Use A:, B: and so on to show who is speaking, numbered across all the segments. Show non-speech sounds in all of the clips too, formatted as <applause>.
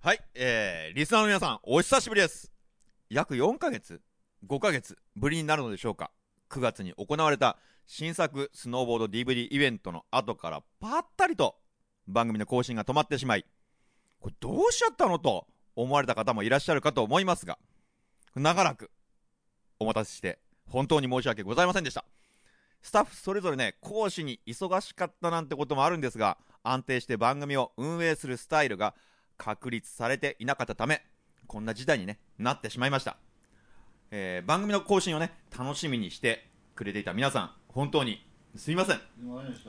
A: はい、えー、リスナーの皆さん、お久しぶりです。約4ヶ月、5ヶ月ぶりになるのでしょうか。9月に行われた新作スノーボード DVD イベントの後からぱったりと番組の更新が止まってしまい、これどうしちゃったのと思われた方もいらっしゃるかと思いますが、長らくお待たせして本当に申し訳ございませんでした。スタッフそれぞれね、講師に忙しかったなんてこともあるんですが、安定して番組を運営するスタイルが確立されていなかったため、こんな事態に、ね、なってしまいました。えー番組の更新をね、楽しみにしてくれていた皆さん、本当にすみません。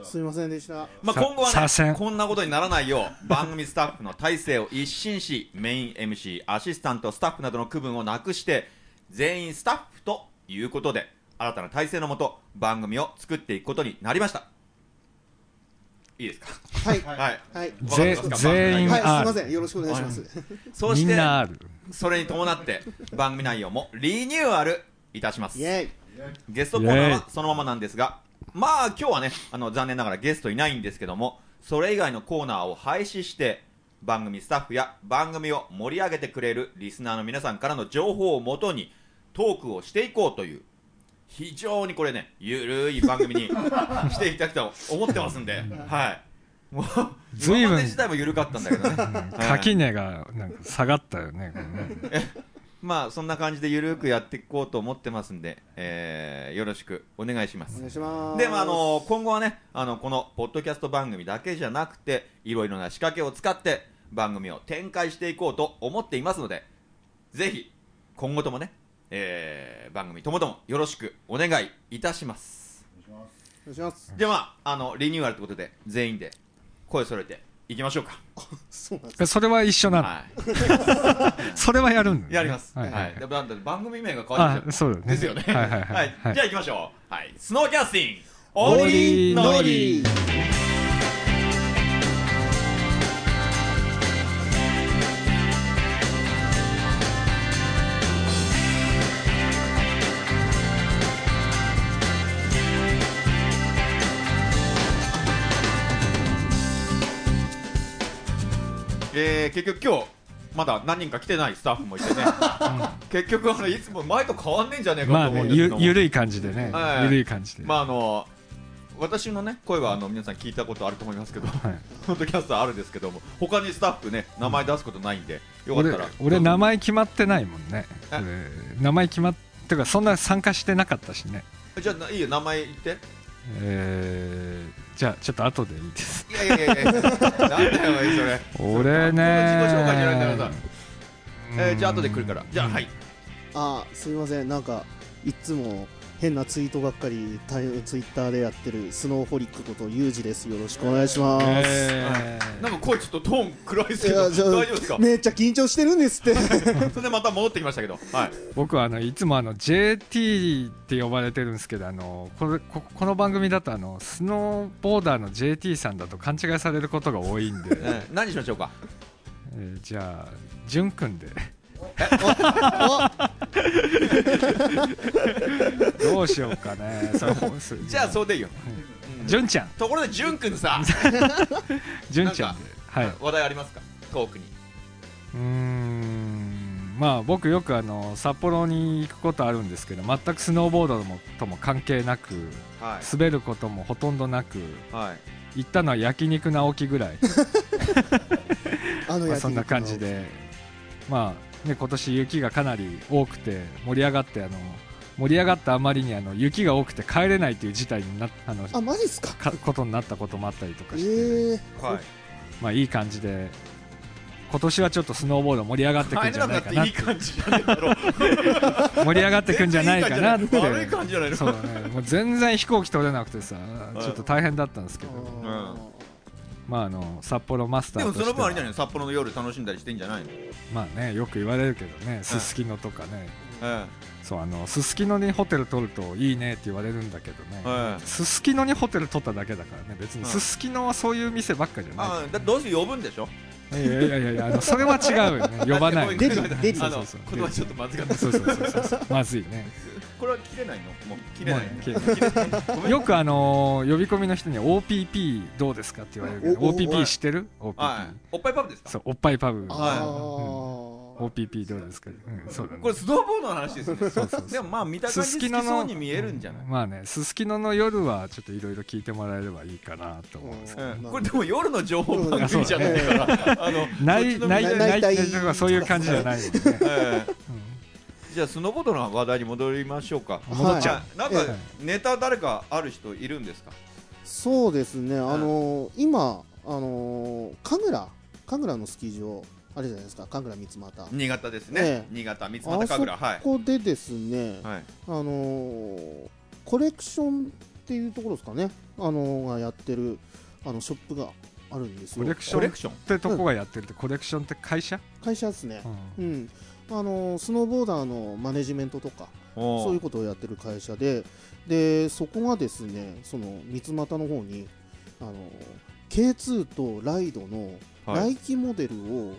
B: すみませんでした。
A: まあ、
C: さ
A: 今後
C: 左
A: はね、
C: 遷
A: こんなことにならないよう、番組スタッフの体制を一新し、メイン MC、アシスタント、スタッフなどの区分をなくして、全員スタッフということで、新たな体制のもと、番組を作っていくことになりました。いいですか
B: はい。
A: はい。
B: はい。はい。
A: わかり
C: ぜ
A: ますか
C: 全
A: 番組
C: 員
A: 内容
B: はい、すみ
C: あ
B: ま
C: る
B: せん。よろしくお願いします。
A: そ
C: み
A: し
C: ん
A: て、
C: なある
A: それに伴って、番組内容もリニューアルいたします。
B: イェイ。
A: ゲストコーナー
C: イエ
A: は
C: ー
A: そのままなんですが、まあ今日はね、あの残念ながらゲストいないんですけども、それ以外のコーナーを廃止して、番組スタッフや番組を盛り上げてくれるリスナーの皆さんからの情報をもとにトークをしていこうという、非常にこれね、ゆるい番組にしていきたくと思ってますんで、はい。もう、
C: ずい
A: 今
C: ぶん
A: まで自体も緩かったんだけどね。はい
C: 垣根がなんか下がったよねこれね
A: まあそんな感じでゆるくやっていこうと思ってますんで、えーよろしくお願いしま
B: お
A: す
B: 願い。します。
A: でもあの今後はねあのこのポッドキャスト番組だけじゃなくていろいろな仕掛けを使って番組を展開していこうと思っていますのでぜひ今後ともね、えー番組ともどもよろしくお願いいたします
B: お願いします。
A: じゃあまああのリニューアルということで全員で声揃えていきましょうか
B: そうなんです。
C: えそれは一緒なの
A: は
C: それはやるんだよ
A: い
C: ね
A: やりますは、
C: はいいはい
A: でもなんだって番組名が変わってきちゃった
C: あそうだね
A: ですよね。
C: はいはいはいはい
A: じゃあ行きましょう。はい。スノーキャスティング。オ
C: オ
A: ー
C: ー
A: デ
C: デ
A: ィ
C: ィ
A: ノ
C: ノ
A: ー
C: ー
A: デ
C: デ
A: ィ
C: ィ
A: えー、結局今日、まだ何人か来てないスタッフもいてね。結局、あの、いつも前と変わんねえんじゃねえ
C: ま
A: かと
C: あ
A: 思う
C: ね
A: んですけ
C: ゆ
A: ども
C: ゆるい感じでね
A: はい
C: ゆるい感じで
A: まああの、私のね、声はあの、皆さん聞いたことあると思いますけど、
C: はい
A: ポッドキャストあるんですけども、他にスタッフね、名前出すことないんで、よかった
C: 俺
A: ら。
C: 俺名前決まってないもんね
A: あ
C: 俺名前決まってかそんな参加してなかったしね
A: じゃあ、いいよ、名前言って。
C: えーじゃあちょっと後でいいです
A: いやいやいやいや、なんだよ、おいそれ。
C: 俺
A: 自
C: ね
A: 己紹介じゃないんだからさ。えー、じゃあ、後で来るから。じゃあ、はい。
B: あ、すみません。なんか、いっつも変なツイートばっかり、タイツイッターでやってるスノーホリックことユージです。よろしくお願いします。
C: え
A: なんか声ちょっとトーン暗いです
B: い
A: けど、
B: や
A: 大
B: じゃ
A: 丈
B: あ
A: 夫ですか
B: めっちゃ緊張してるんですって。
C: <laughs>
A: それでまた戻ってきましたけど、はい。
C: ー僕はあのいつもあの JT って呼ばれてるんですけどあのこれここの番組だとあのスノーボーダーの JT さんだと勘違いされることが多いんで、え
A: <laughs> えー何しましょうか。
C: ーじゃあ潤くんでどうしよう
A: <laughs>
C: かねそれほす
A: じゃあ、そうでいいよ。
C: 潤ちゃん
A: ところで、じゅんくんさ、
C: 潤ちゃんではい
A: 話題ありますかトークに。
C: うーんまあ僕よくあの札幌に行くことあるんですけど全くスノーボードもとも関係なく
A: は。
C: 滑ることもほとんどなく
A: はい。
C: 行ったのは焼肉直樹ぐらい、
B: あの
C: ま
B: 焼き肉
C: あ
B: の
C: そんな感じ。でまあね今年雪がかなり多くて盛り上がってあの盛り上がったあまりにあの雪が多くて帰れないという事態になっあの
B: あ、マジっすか。
C: かことになったこともあったりとか
B: え
C: して、
B: え
A: はい。
C: まあいい感じで今年はちょっとスノーボード盛り上がってくんじゃないかな
A: 帰れくっていい感じじゃないだろう。
C: 盛り上が <laughs> ってくんじゃないかなって
A: 全然いい感じじゃない悪い感じじゃないの
C: そうだねもう全然飛行機取れなくてさちょっと大変だったんですけ
B: ー。
C: ど、
B: あー
C: まああの札幌マスタ
A: で
C: ー
A: も、
C: として
A: その分あれじゃ
C: は
A: ないの札幌の夜楽しんだりしてんじゃないの
C: まあねよく言われるけどねすすきのとかね
A: え
C: そうあのすすきのにホテル取るといいねって言われるんだけど
A: え
C: ね
A: ええ
C: すすきのにホテル取っただけだからね別
A: うん
C: にすすきのはそういう店ばっかじゃない
A: ああ、だどうせ呼ぶんでしょ
C: いやいやいやいやあのそれは違うよね呼ばない
B: デビデビ
A: あの
C: そうそうそう
A: 言葉ちょっとまずかった
C: そうそうそうそうそうまずいね
A: これは切れないのもう切れない
C: もう
A: の
C: 切れ
A: 切れないごめん
C: よくあのー呼び込みの人に OPP どうですかって言われるけど
B: おお
A: おい
C: OPP 知ってる ?OPP
A: はいおっぱいパブですか
C: そうおっぱいパブ
B: あー
C: OPP どうですかうんそうだね
A: これスノーボードの話ですよね
C: そうそうそう
A: でもまあ見た感じ好きそうに見えるんじゃない、
C: うまあねすすきのの夜はちょっといろいろ聞いてもらえればいいかなと思うんですけど、
A: うんこれでも夜の情報番組じゃない
B: え
A: から、
B: え
A: あの
C: ない
A: そっちの
C: ない
A: え
C: ない
B: 内
C: ないとかそういう感じじゃな
A: <laughs>
C: いもんね、
A: え
C: うん
A: じゃあスノーボードの話題に戻りましょうか
C: 戻っちゃう、
A: あなん
B: え
A: かネタ誰かある人いるんですか
B: そうですね、あのー今、あのー神楽、神楽のスキー場、あれじゃないですか、神楽三股、
A: 新潟ですね、
B: ええ
A: 新潟三俣神楽は
B: ここでですね
A: い、、はい、
B: あのーコレクションっていうところですかね、あのーがやってるあのショップがあるんです
C: コレ
B: よ、
C: クシ
A: コ
C: ョ
A: レ
C: ンっ
A: クション
C: てとこがやってるってコレクションって会社、
B: 会社ですね
C: う、ん
B: うんあのースノーボーダーのマネジメントとか、
A: そ
B: そういうことをやってる会社で、でそこがですね、その三股の方にあのー K2 とライドの
A: は
B: ナ
A: い、
B: イキモデルを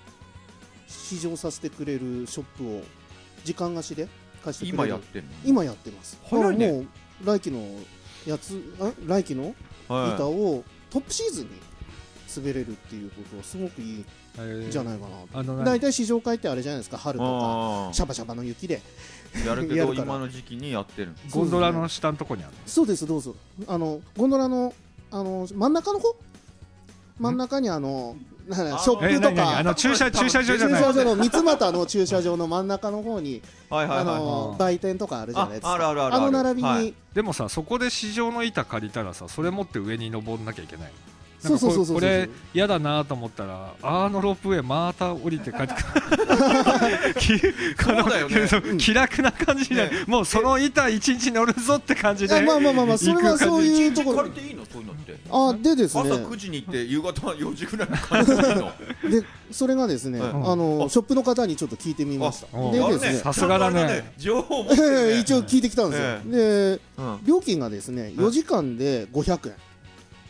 B: 試乗させてくれるショップを時間貸しで貸してく
A: 今
B: れる
A: やってる
B: 今やってます
A: 早いね
B: だからもう来季のやつあ来季の
A: の、はい
B: 板をトップシーズンに滑れるっていうことはすごくいい
C: えー
B: んじゃないか
C: あの
B: な
C: 何
B: 大体試乗会ってあれじゃないですか春とか
A: あ
B: シャバシャバの雪で
A: ーやるけ
B: や
A: ど
B: るから
A: 今の時期にやってるんです
C: ゴンドラの下のとこにある
B: そうですどうぞあのゴンドラのあの真ん中の方真ん中にあのな
A: あ
B: ショ
A: え
B: ップと
C: 何何あ
B: か
C: の駐車駐車場
B: 駐
C: じゃない
B: 車場の三股の駐車場の真ん中の方に
A: はいはい
B: あ
A: はい
B: の
C: うん
B: 売店とかあるじゃないですか
A: ああるあるあるある
B: の並びに、
A: はい
C: でもさそこで市場の板借りたらさそれ持って上に登んなきゃいけないなん
B: そうそう
C: かこ
B: そうそう
C: これ嫌だなと思ったらあのロープウェイまた降りて帰って
B: <laughs>
C: くるきこの
A: そうだよね
C: <laughs> そう気楽な感じで、
A: ね
C: もうその板一日乗るぞって感じ
B: いや
C: で、
B: まあまあまあまあそれはそういうとこ
A: 借
B: ろ
A: りていいのそういうのって
B: あでです
A: 朝
B: ね
A: 9時に行って夕方4時ぐらいに帰っていいの
B: でそれがですね、
A: はい
B: あの
A: あ
B: ショップの方にちょっと聞いてみました
C: あ
B: で
C: あ
B: で
A: る
B: すね
C: さすがだね
A: ちゃんとあれ情報持っ
B: え
A: てる
B: え
A: ね
B: <laughs> 一応聞いてきたんですよ、
A: え
B: で
A: うん
B: 料金がですね4時間で500円、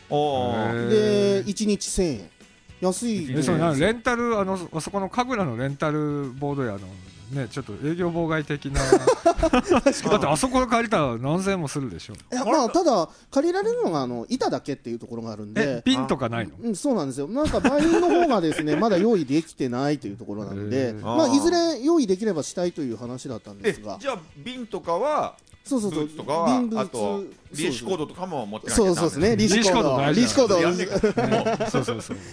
A: お
C: へ
A: ー
C: え
B: で1日1000円安い
C: えそうなんレンタルあのあそこの神楽のレンタルボード屋のねちょっと営業妨害的
B: <laughs>
C: なだってあそこ借りたら何千円もするでしょ
B: いやまあただ借りられるのがあの板だけっていうところがあるん
C: え
B: で
C: ピンとかないの
B: うん、そうなんですよなんかバインの方がです
A: <laughs>
B: ねまだ用意できてないというところなの
C: へ
B: で、
C: ー
B: ま
A: あ
B: あ、
A: ー
B: いずれ用意できればしたいという話だったんで
A: え
B: すが
A: じゃあ瓶とかは
B: そう
A: ブ
B: そうそう
A: ーツとかは
B: 瓶ブーツ
A: あと
B: そう
A: リーシュコードとかも持ってなきゃ
B: そうそうですね、リ
C: リ
B: ーシ
C: ーシ
B: ュ
C: ュ
B: コ
C: コ
B: ー
C: ー
B: ド
C: ド
B: は、
C: 大事だ
B: リーシュコード
A: やんねえか
C: ねそうそうそう <laughs>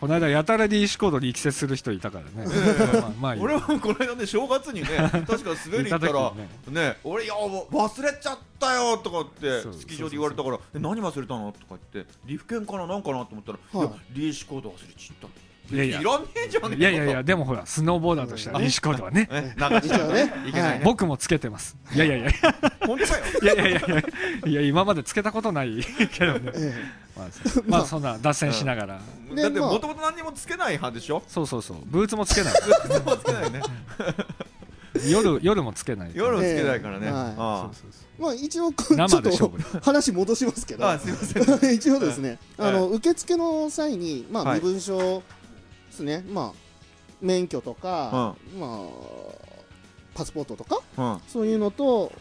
C: この間やたら D シコード力説する人いたからね、まあ、まあいい
A: 俺もこの間ね正月
B: <laughs>
A: にね確か滑り行った
C: いた
A: ら
C: 時にね
A: ね俺いやわ忘れちゃったよとかって
C: そう
A: スキー場で言われたからえ何忘れたのとか言ってリフ券かななんかなと思ったらい
B: はい
A: やリーシュコード忘れちゃっ
C: いや
A: た
C: い
A: い
C: や
A: らねえじゃねえ
C: いやいやいやでもほらスノーボーダーとしては
B: うん
C: リーシコードはね
A: えなんか
B: 実はね
A: いけないね
C: 僕もつけてますいやいやいやい
A: 本当か
B: <laughs>
A: よ
C: やいやいやいや今までつけたことないけどね
B: え
C: まあそうまあそんな脱線しながら、
B: ね
A: だって
B: まあ
A: もともと何にもつけない派でしょ
C: そうそうそうブーツもつけない
A: 何もつけないね
C: 夜夜もつけない
A: 夜
C: そ
A: は
C: う
A: つけないからね、
B: ええ
A: ああ
C: そうそ
B: えまあ一応、ち
C: う
B: ょ
C: 生
B: っ
C: で勝
B: と
C: 負だ
B: 話戻しますけど、
A: あすいません
B: <laughs> 一応ですね、
A: はい
B: あの受付の際に、まあ、
A: はい
B: 身分証ですね、まあ、免許とか、まあ、パスポートとか、
A: うん
B: そういうのと、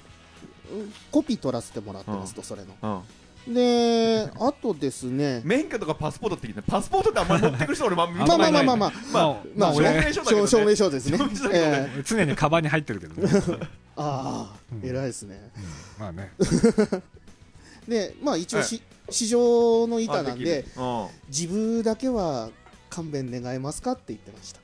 B: うんコピー取らせてもらってますと、それの。
A: うん
B: で、あとですね、
A: 免許とかパスポートって聞いてパスポートってあんまり持ってく人俺まあ見た
C: ん
B: ま
A: こ
B: あ
A: と
B: ま
A: な
B: あ
A: い
B: まあまあまあ、
C: まあ
B: まあ
C: まあ俺
A: 証明書だけどね
B: 証明書ですね
A: 証明書だ。けどね
B: ええ
C: 常にカバンに入ってるけどね、うん
B: ああ
C: う、ん
B: 偉いですね。
C: まあね
B: で、まあ一応
A: はい
B: し、市場の板な
A: あ
B: ん
A: きる
B: で、
A: うん
B: 自分だけは勘弁願えますかって言ってました。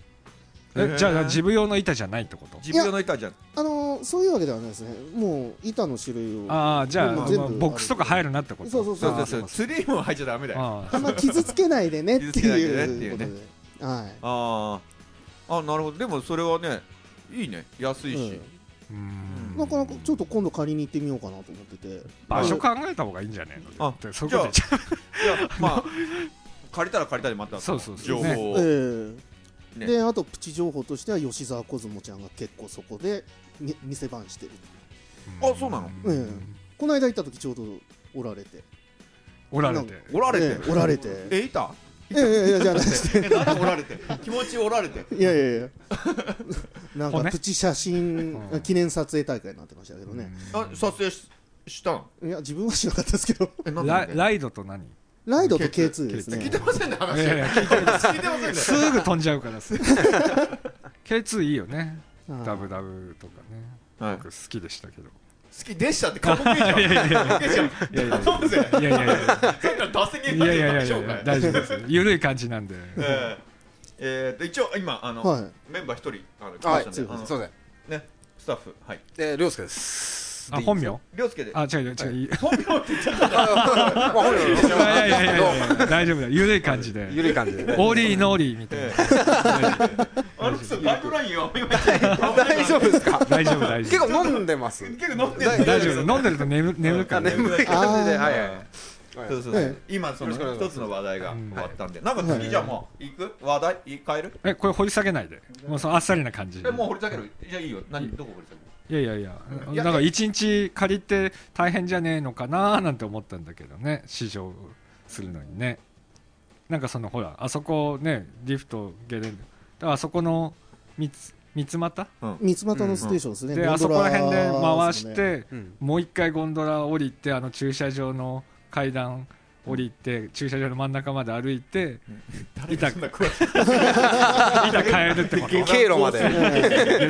C: えじゃあ自分用の板じゃないってこと
A: 自分用の板じゃん
B: あのーそういうわけではないですね。もう板の種類を。
C: ああじゃあ、
B: も
C: ま
B: う
C: あ
B: 全部
C: ボックスとか入るなってこと
B: そうそう
A: そ
B: そうあ
A: そう
B: ー
A: そうツ
C: う
A: リーも入っちゃダメだよ
C: あ
B: あんま傷つけないで
A: <laughs>
B: ねってい
A: 傷つ
B: う
A: け
B: こ
A: な
B: と
A: いで
B: で。はい。
A: あああなるほどでもそれはねいいね安いし、
C: ーうん
B: なかなかちょっと今度借りに行ってみようかなと思ってて。
C: 場所考えた方がいいんじゃねえの
A: あ
C: ってそういうこと言っちゃ
A: いやまあ借りたら借りたでまた
C: そうそうそう
A: 情報を、
B: ええ
A: ね
B: で、あとプチ情報としては吉沢小相撲ちゃんが結構そこでみ店番してる。
A: あそうなの
B: うんこの
C: <laughs>
B: 間行った時ちょうどおられて。
C: おられて
A: おられて、
B: ええおられて。
A: えいた
B: いやいやいや
C: <laughs>
B: じゃなくて
A: えなんで折られて気持ち折られて
B: いやいやいやなんか
C: 骨
B: プチ写真
C: うん
B: 記念撮影大会になってましたけどね、
A: あ撮影ししたん
B: いや自分はしなかったですけど
A: えなんで
C: ラ
A: イ
C: ライドと何
B: ライドと K2 です
A: 聞い
B: ね
A: てませんね話
C: いやいや
A: 聞いてませんね
C: すぐ飛んじゃうからさ K2 いいよね
B: ああ
C: ダブダブとかね
A: はい
C: 僕好きでしたけど
A: 好きでしたって過去形じゃん過去形じゃん
C: いやいやい
A: 頼むぜ
C: やいやいやいや
A: さっきから脱線
C: い
A: ゲー
C: やいやいやい
A: でしょうか
C: や大丈夫ですよ緩い感じなんで
A: えーえーと一応今あの、
B: はい
A: メンバー一人あの来ま
D: は
A: し
D: い
A: たん
D: す
A: で
D: い
A: あ
D: ませんすい
A: の
D: ません
A: ねスタッフはい
D: えー涼介です
C: あ本名
A: 涼介で
C: あ違う違う違う
A: 本名って言っちゃった
D: あまあ本名で
C: いやいやいやいやいや大丈夫だよ緩い感じで
D: ゆるい感じでね
C: オーリーノーリーみたいな
A: えーあの人ガイドラインを今
D: 大丈夫ですか
C: 大丈夫大丈
D: 結
C: 夫
D: 構飲んでます感
A: 結構飲んで
C: <laughs> 大丈夫飲んでる
A: <laughs>
C: と眠眠るから
D: じで
A: 眠い
B: あー
D: はいはいはい
A: そうそう
B: え
A: そう今その
D: よろしくお願いし
A: 一
D: ます
A: つの話題が
C: うん
A: 終わったんでなんか次じゃあもう行く話題い変える
C: えこれ掘り下げないでもうそのあっさりな感じ
A: えもう掘り下げるじゃあいいよ何どこ掘り下げる
C: いやいやいや
A: いや
C: なんか一日借りて大変じゃねえのかなーなんて思ったんだけどね試乗するのにねなんかそのほらあそこねリフトゲレンデだからあそこの三つ三つ股
B: 三つ股のステーションですね、
C: で
B: ゴ
C: あ
B: ンド
C: そこ
B: ラ
C: ら辺で回
B: で
C: し
B: すね
C: てもう一回ゴンドラ降りてあの駐車場の階段降りて駐車場の真ん中まで歩いて
A: 誰がそんな詳しい
C: 板変えるってこと
D: 経路まで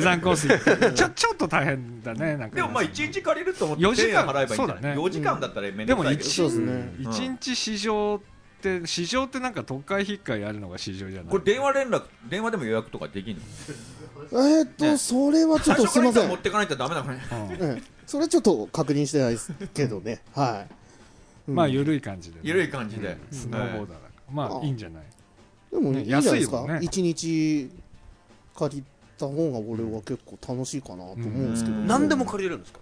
C: <laughs> 下山コース行ってちょちょっと大変だねなんか
A: でもまあ1日借りると思って
C: 4時間
A: 1000円払えばいいんじゃ
C: そうだ
A: な
C: ね
A: い4時間だったらめん
C: で
A: どく
C: も
A: さい
C: 一
A: けど
B: そうですね
C: 日
A: うん
C: 一日市場って市場ってなんか特会引っかいあるのが市場じゃない
A: これ電話連絡電話でも予約とかできるの
B: えーっと、
A: ね
B: それはちょ
A: 最
B: っと
A: 初か
B: す
A: ら
B: いま
A: 板
B: せ
A: 持っ
B: ん、
A: てかないとダメだからね
C: うん
B: ええそれはちょっと確認してないですけどね、はい、うん
C: まあ緩い感じでね
A: 緩い感じで
C: スノーボーダーだからま
B: う
C: あ
B: ん
C: いいんじゃない
B: でもいいんじゃないですか、
C: ね安いもんね
B: 1日借りた方が俺は結構楽しいかなと思うんですけど、
A: うん
D: 何でも借りれるんですか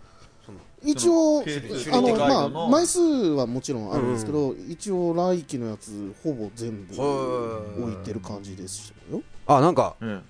B: 一応
A: そのケース
B: あ
A: ケースガイ
B: の、
A: ド
B: ま
A: の
B: あ、枚数はもちろんあるんですけど、一応来期のやつほぼ全部
D: はい
B: 置いてる感じですよ
D: あなんか
A: うん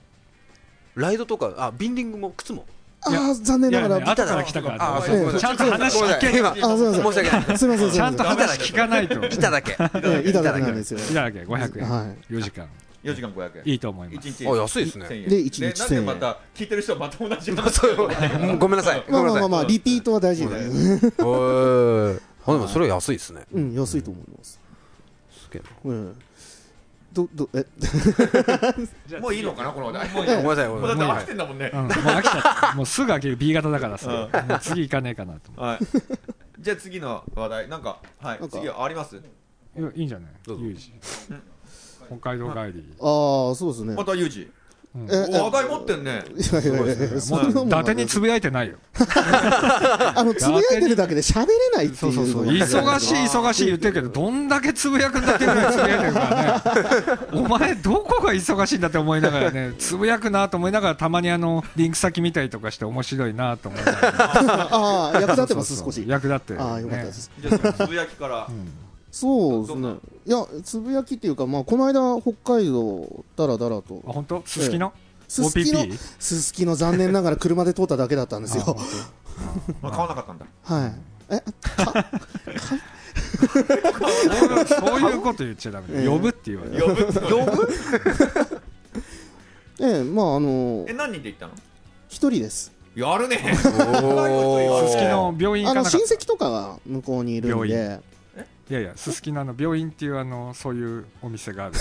D: ライドとかあビンディングも靴も
B: あ
C: いや
B: あ残念
C: い
B: な
C: や
B: が
C: ね
B: ら、
C: 後から来たからね
D: ああそうごめんな
C: ち
D: さ
C: ゃ
D: い
C: んと話
D: ごめんな
C: 聞
D: さい
C: け
D: 今
B: あすいません
D: 申し訳ない
B: すみませんす
C: ち
B: み
C: ゃ
B: ま
C: ん
B: せ
C: と
B: ん
C: 話聞かないと
D: 来ただけあ
B: ええいただけ
D: いただ
B: な
D: け
B: んですよ
C: いただけ500円
B: はい
C: 4時間
A: 4時間500円
C: いいと思い
A: 1
C: ます
A: 日
D: 安いですね
A: 1000円
B: で一日
A: なんで
B: 1000円
A: また聞いてる人はまた同じような
D: そううんごめんなさい
B: ま
D: ご
B: あま
D: めん
B: あま
D: なさ
B: あ、
D: い
B: まあ、リピートは大事だよね
D: へえあでもそれは安いですね
B: うん安いと思います、
D: すげえな
B: うん、どどえ
A: もういいのかなこの話題もう
D: ごめんなさいごめん
A: だっ
D: な
A: て飽
D: さい
A: きてんだもんね
C: うんもう飽きちゃったもうすぐ飽きる B 型だからさ
A: う
C: もう次行かねえかなと
A: はい。じゃあ次の話題、なんか、はい
B: な、んか
A: 次はあります。
C: 思っていやいいんじゃない
D: どうぞ
C: ユージ北海道帰り
B: ああそうですね
A: またユージ、
C: うん
B: え
A: 話題持ってんね。
B: いやいやいやいやそんなもん
C: 伊
B: なん
C: 達につぶやいてないよ
B: あのつぶやいてるだけで喋れないって
C: そ
B: いう
C: そう
B: う
C: そ
B: の
C: う
B: が
C: 忙しい忙しい言ってるけどどんだけつぶやくんだってぐらいつぶやいてるからねお前どこが忙しいんだって思いながらね <laughs> つぶやくなと思いながらたまにあのリンク先見たりとかして面白いなと思いながら
B: ああ役立ってま
C: そ
B: す
C: うそう
B: 少
C: そう
B: し
C: 役立ってるね
B: ああよかったです
A: じゃあ、つぶやきから
C: う。ん
B: そうです
A: ど
B: ね
A: んない
B: やつぶやきっていうかまあこの間北海道だらだらと
C: あ本当すすきの
B: すすきの
C: OPP
B: すすきの残念ながら車で通っただけだったんです
C: あ本
B: よ
A: まあ、買わなかったんだ。
B: はいえ
C: 当そういうこと言っちゃダメだよ
B: うん
C: 呼ぶって言われる
A: 呼ぶ。呼ぶ。
B: ええまああの
A: え、何人で行ったの。
B: 一人です
A: やるね。
D: おー
C: すすきの病院行
B: あ
C: か
B: の
C: なかっ
B: 親
C: た
B: 戚とかが向こうにいるん
C: 病
B: で
C: いやいやすすきのあの病院っていうあのそういうお店がある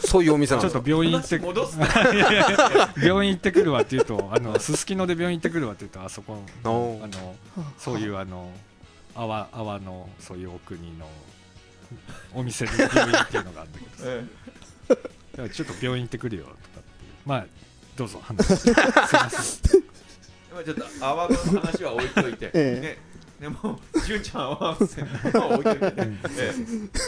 C: ち
D: そういうお店なん
C: ょ
D: で
C: っ
D: すか
C: と病院行っ
A: 話
C: て
A: 戻すな。
C: 病院行ってくるわって言うとあのすすきので病院行ってくるわって言うとあそこ
D: あの
C: あのそういうあの泡泡のそういうお国のお店で病院っていうのがあるんだけど
A: <laughs> え
C: いやちょっと病院行ってくるよとかってまあどうぞ話してすいませ
A: えまあ、ちょっと、泡の話は置いといて。
B: ええ
A: ね。でも、じゅんちゃんは泡は置いといてね。え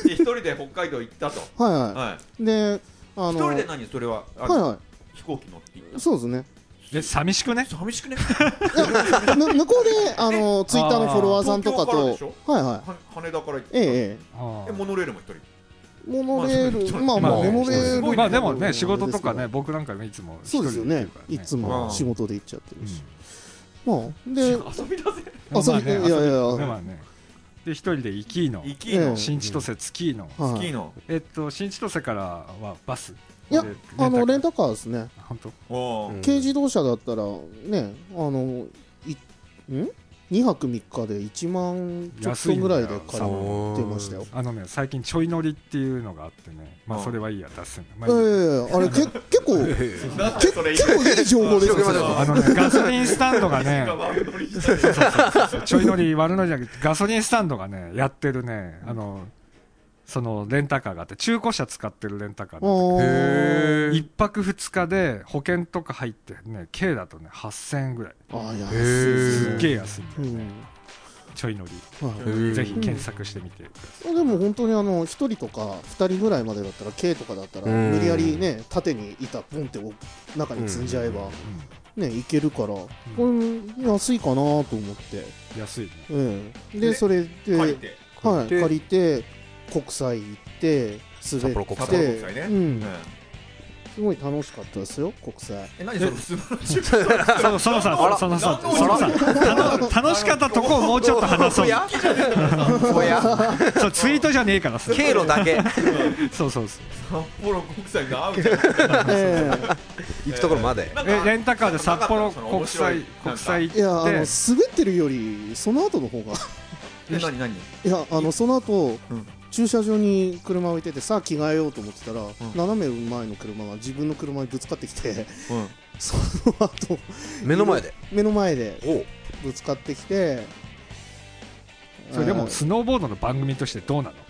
A: えで、一人で北海道行ったと。
B: はいは
A: はい。
B: いであの
A: 一人で何、それは。あ
B: はい
A: の
B: は
A: 飛行機乗って行っ
B: いそうですね
C: んで寂しくね
A: た。寂しくね。
B: <laughs> む向こうであのツイッターのフォロワーさんと
A: 東
B: か
A: 京から
B: と
A: でしょ
B: はいはい
A: は羽田から行った。
B: ええ
A: え、
B: え
C: ああ
A: モノレールも一 <laughs> 人。
B: えモノレー
A: ま
B: ルま
A: あ
B: あまあ
C: ね
B: モノレール
A: すごいね
C: まあでもね仕事とかね僕なんかもいつも一
B: そう
C: 人
B: でよ
C: です行ってる
B: ね
C: からね
B: いつ
A: う
B: も
A: ん
B: 仕事で行っちゃって
C: う
B: る
C: ん
B: しまあで
A: 遊びだぜ。
B: あそう
C: まあね
B: いやいやいや
C: でまあねで一人で行きの
A: 行きの、
B: え
A: ス
C: 新千歳月の、
A: キ
B: はい
A: ーの、
C: えっと新千歳からはバス
B: いや
C: で
B: あのレン
C: タ
B: タカーですね、
C: カー本当
A: おー
D: うん
B: 軽自動車だったらねあのいん2泊3日で1万ちょっとぐらいで借りてましたよ
C: あのね最近ちょい乗りっていうのがあってねまあ
A: うん
C: それはいいや出せない、ま
B: ええ
C: あいいや
B: あれけ結構
A: なんで
B: 結
A: それ
B: 構いい情報
C: <laughs>
B: ですよ
D: 広げましょう
B: それ
C: あ
B: <laughs>
C: のねガソリンスタンドが
A: <laughs>
C: ね
A: 今ワールドリーダー
C: ちょい乗り悪乗りじゃなくてガソリンスタンドがねやってるねあのそのレンタカーがあって中古車使ってるレンタカーなんだ
B: あー
D: へ
C: けど一泊二日で保険とか入ってね軽だとね8000円ぐらい
B: あ安い
D: へ
B: です
D: ー
B: ね
C: すっげえ安いんだ
B: う
C: よ
B: ん
C: ちょい乗り
B: は
D: え
C: ぜひ検索してみてください
B: い、でも本当にあの1人とか2人ぐらいまでだったら K とかだったら
D: うん
B: 無理やりね縦に板ポンって置く中に積んじゃえばねいけるからこれ安いかなと思って、
C: うん安いね
B: ええ
A: で
B: でそれで、
A: 書
B: はいい、
A: て、
D: で
B: 借りて国際行って
D: 札
B: 滑
D: 幌
B: っ
D: 国
A: 札幌
D: 際
A: 国際
B: て、
A: ね。
B: う
A: うんん、
B: すごい楽しかったですよ国際
A: え、何その素晴らしい。
C: <laughs> そのそのさ
D: あら
C: んそのさん
A: なんで
C: そのさん楽楽しかったとこをもうちょっと話そう
D: やおや
C: そうツイートじゃねえからさ
D: 経路だけ
C: そうそう
A: 札
C: そう
A: 幌国際が合う
C: <laughs>
A: じゃん。
B: え
D: 行くところまで
A: なん
C: え
A: か
C: レンタカーで札幌
A: その面
C: 国
A: 白いな
C: 際
A: ん
C: 国
A: か
C: 際
B: えいや
C: 行
B: あ
C: っ
B: の
C: て
B: 滑ってるよりその後の方が
A: え、何何
B: いやあのその後、
A: うん
B: 駐車場に車置いててさあ着替えようと思ってたら、
A: ん
B: 斜め前の車が自分の車にぶつかってきて <laughs>
A: <laughs> うん。
B: その後
D: 目の前で
B: 目の前で
D: おう
B: ぶつかってきて
C: それでもスノーボードの番組としてどうなの <laughs>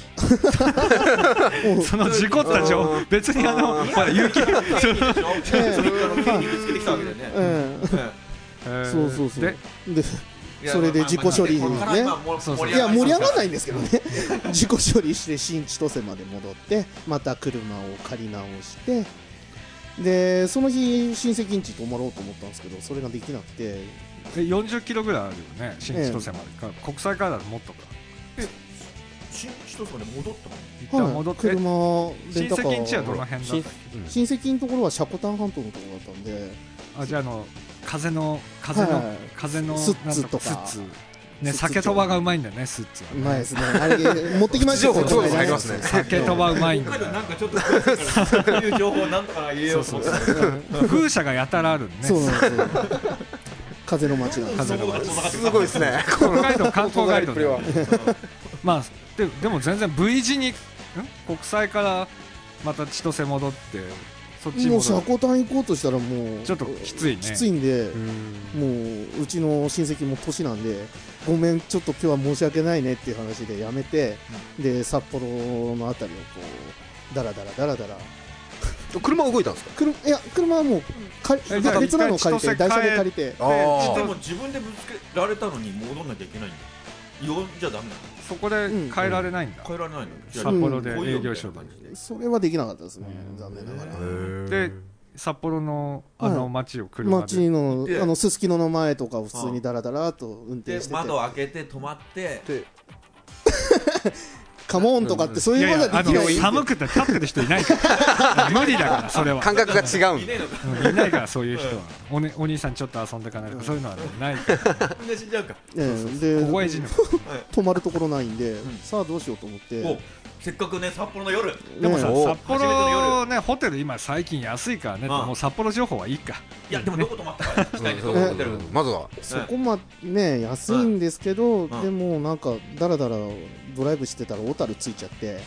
C: その事故った情
D: う
C: 報
D: ん
C: 別にあのほら有機
A: そのに見つけてきたわけだよ
B: え
A: ね。
B: えそうそうそう
C: で
B: でそれで自己処理にねいや盛り上がらないんですけどね <laughs> 自己処理して新千歳まで戻ってまた車を借り直してでその日親戚ん家泊まろうと思ったんですけどそれができなくて
C: で40キロぐらいあるよね新千歳までか国際からだともっとか
A: 新千歳まで戻ったの
C: 一
B: は
C: 旦
B: い
C: 戻って
B: 車レ
C: 親
B: ンタカ
C: 戚ん家はど
B: ー
C: の辺だったっ
B: 親戚のところはシャコタン半島のところだったんで
C: けあじゃああの風の風
B: はいは
C: の
B: い
C: 風の
B: スッツ
C: なん
B: と
C: と
B: か
C: スッツね
B: スッツ
C: 酒とばがうまいんだよねスッツは
B: う
C: ね
B: まいですねあれ
C: <laughs>
B: 持ってきましたよ
D: 情報
B: この間
D: 情報入りますね
C: 酒とばうまいんだ
A: 北海道
C: よ
A: なんかちょっとそういう情報なんとか入れようと思ってた
C: 風車がやたらあるのね
B: そうなんですよ風の街なんです
C: 風の街
D: すごいですね
C: 北海道観光ガイド
D: これ
C: だ
D: は
C: よまあででも全然 V 字にん国際からまた千歳戻ってそっちに
B: もうシ
C: 戻
B: ャコ
C: る
B: タン行こうとしたらもう
C: ちょっときついね
B: きついんで、
D: うん
B: もううちの親戚も年なんでごめんちょっと今日は申し訳ないねっていう話でやめて、で札幌のあたりをこうだらだらだらだら
D: 車動いたんですか
B: 車いや車はもう借
C: え
B: り
C: じゃあ
B: 別なのを借りて
C: 一
B: 台
C: 回千
B: 車
C: 歳帰
B: で借りて
A: でで
D: あ
A: も自分でぶつけられたのに戻んなきゃいけないんだよ呼んじゃダメなの
C: そこで変えられないんだ、
A: 変えられないのじゃ
C: 札
A: あ
B: うん
C: 幌で
A: 来いよ
C: 営
A: みたい
C: 業
A: な
C: 所で
A: 感じで
B: それはできなかったですね残念ながら
D: あ
C: で札幌のあの町を車で、
B: 街の
A: で
B: あのすすきのの前とかを普通
A: うん
B: にだらだらと運転
A: で
B: してて
A: 窓開けて止まって
D: で
B: カモンとかってそういうことはでき
C: いやいや
B: な
C: あの
B: い
C: 寒くて立ってる人いないから無理だからそれは
D: 感覚が違うん
A: いねえのか
C: うんいないからそういう人はお,、ね、お兄さんちょっと遊んでかないとかそういうのはねないから
A: みんな死んじゃうか
B: ええで
C: 凍え死ぬ
B: 止まるところないんで、
A: ん
B: さあどうしようと思って
A: おせっかくね札幌の夜
C: <laughs> でもさ
D: お
C: 札幌ねホテル今最近安いからね
A: ああ
C: もう札幌情報はいいか
A: いやでもどこ泊まった <laughs> か期待でどこ
B: う
A: ホ
B: ん
A: テル
D: まずは
B: そこまね安いんですけど、
A: ん
B: でもなんかだらだらドライブしてたら小樽着いちゃって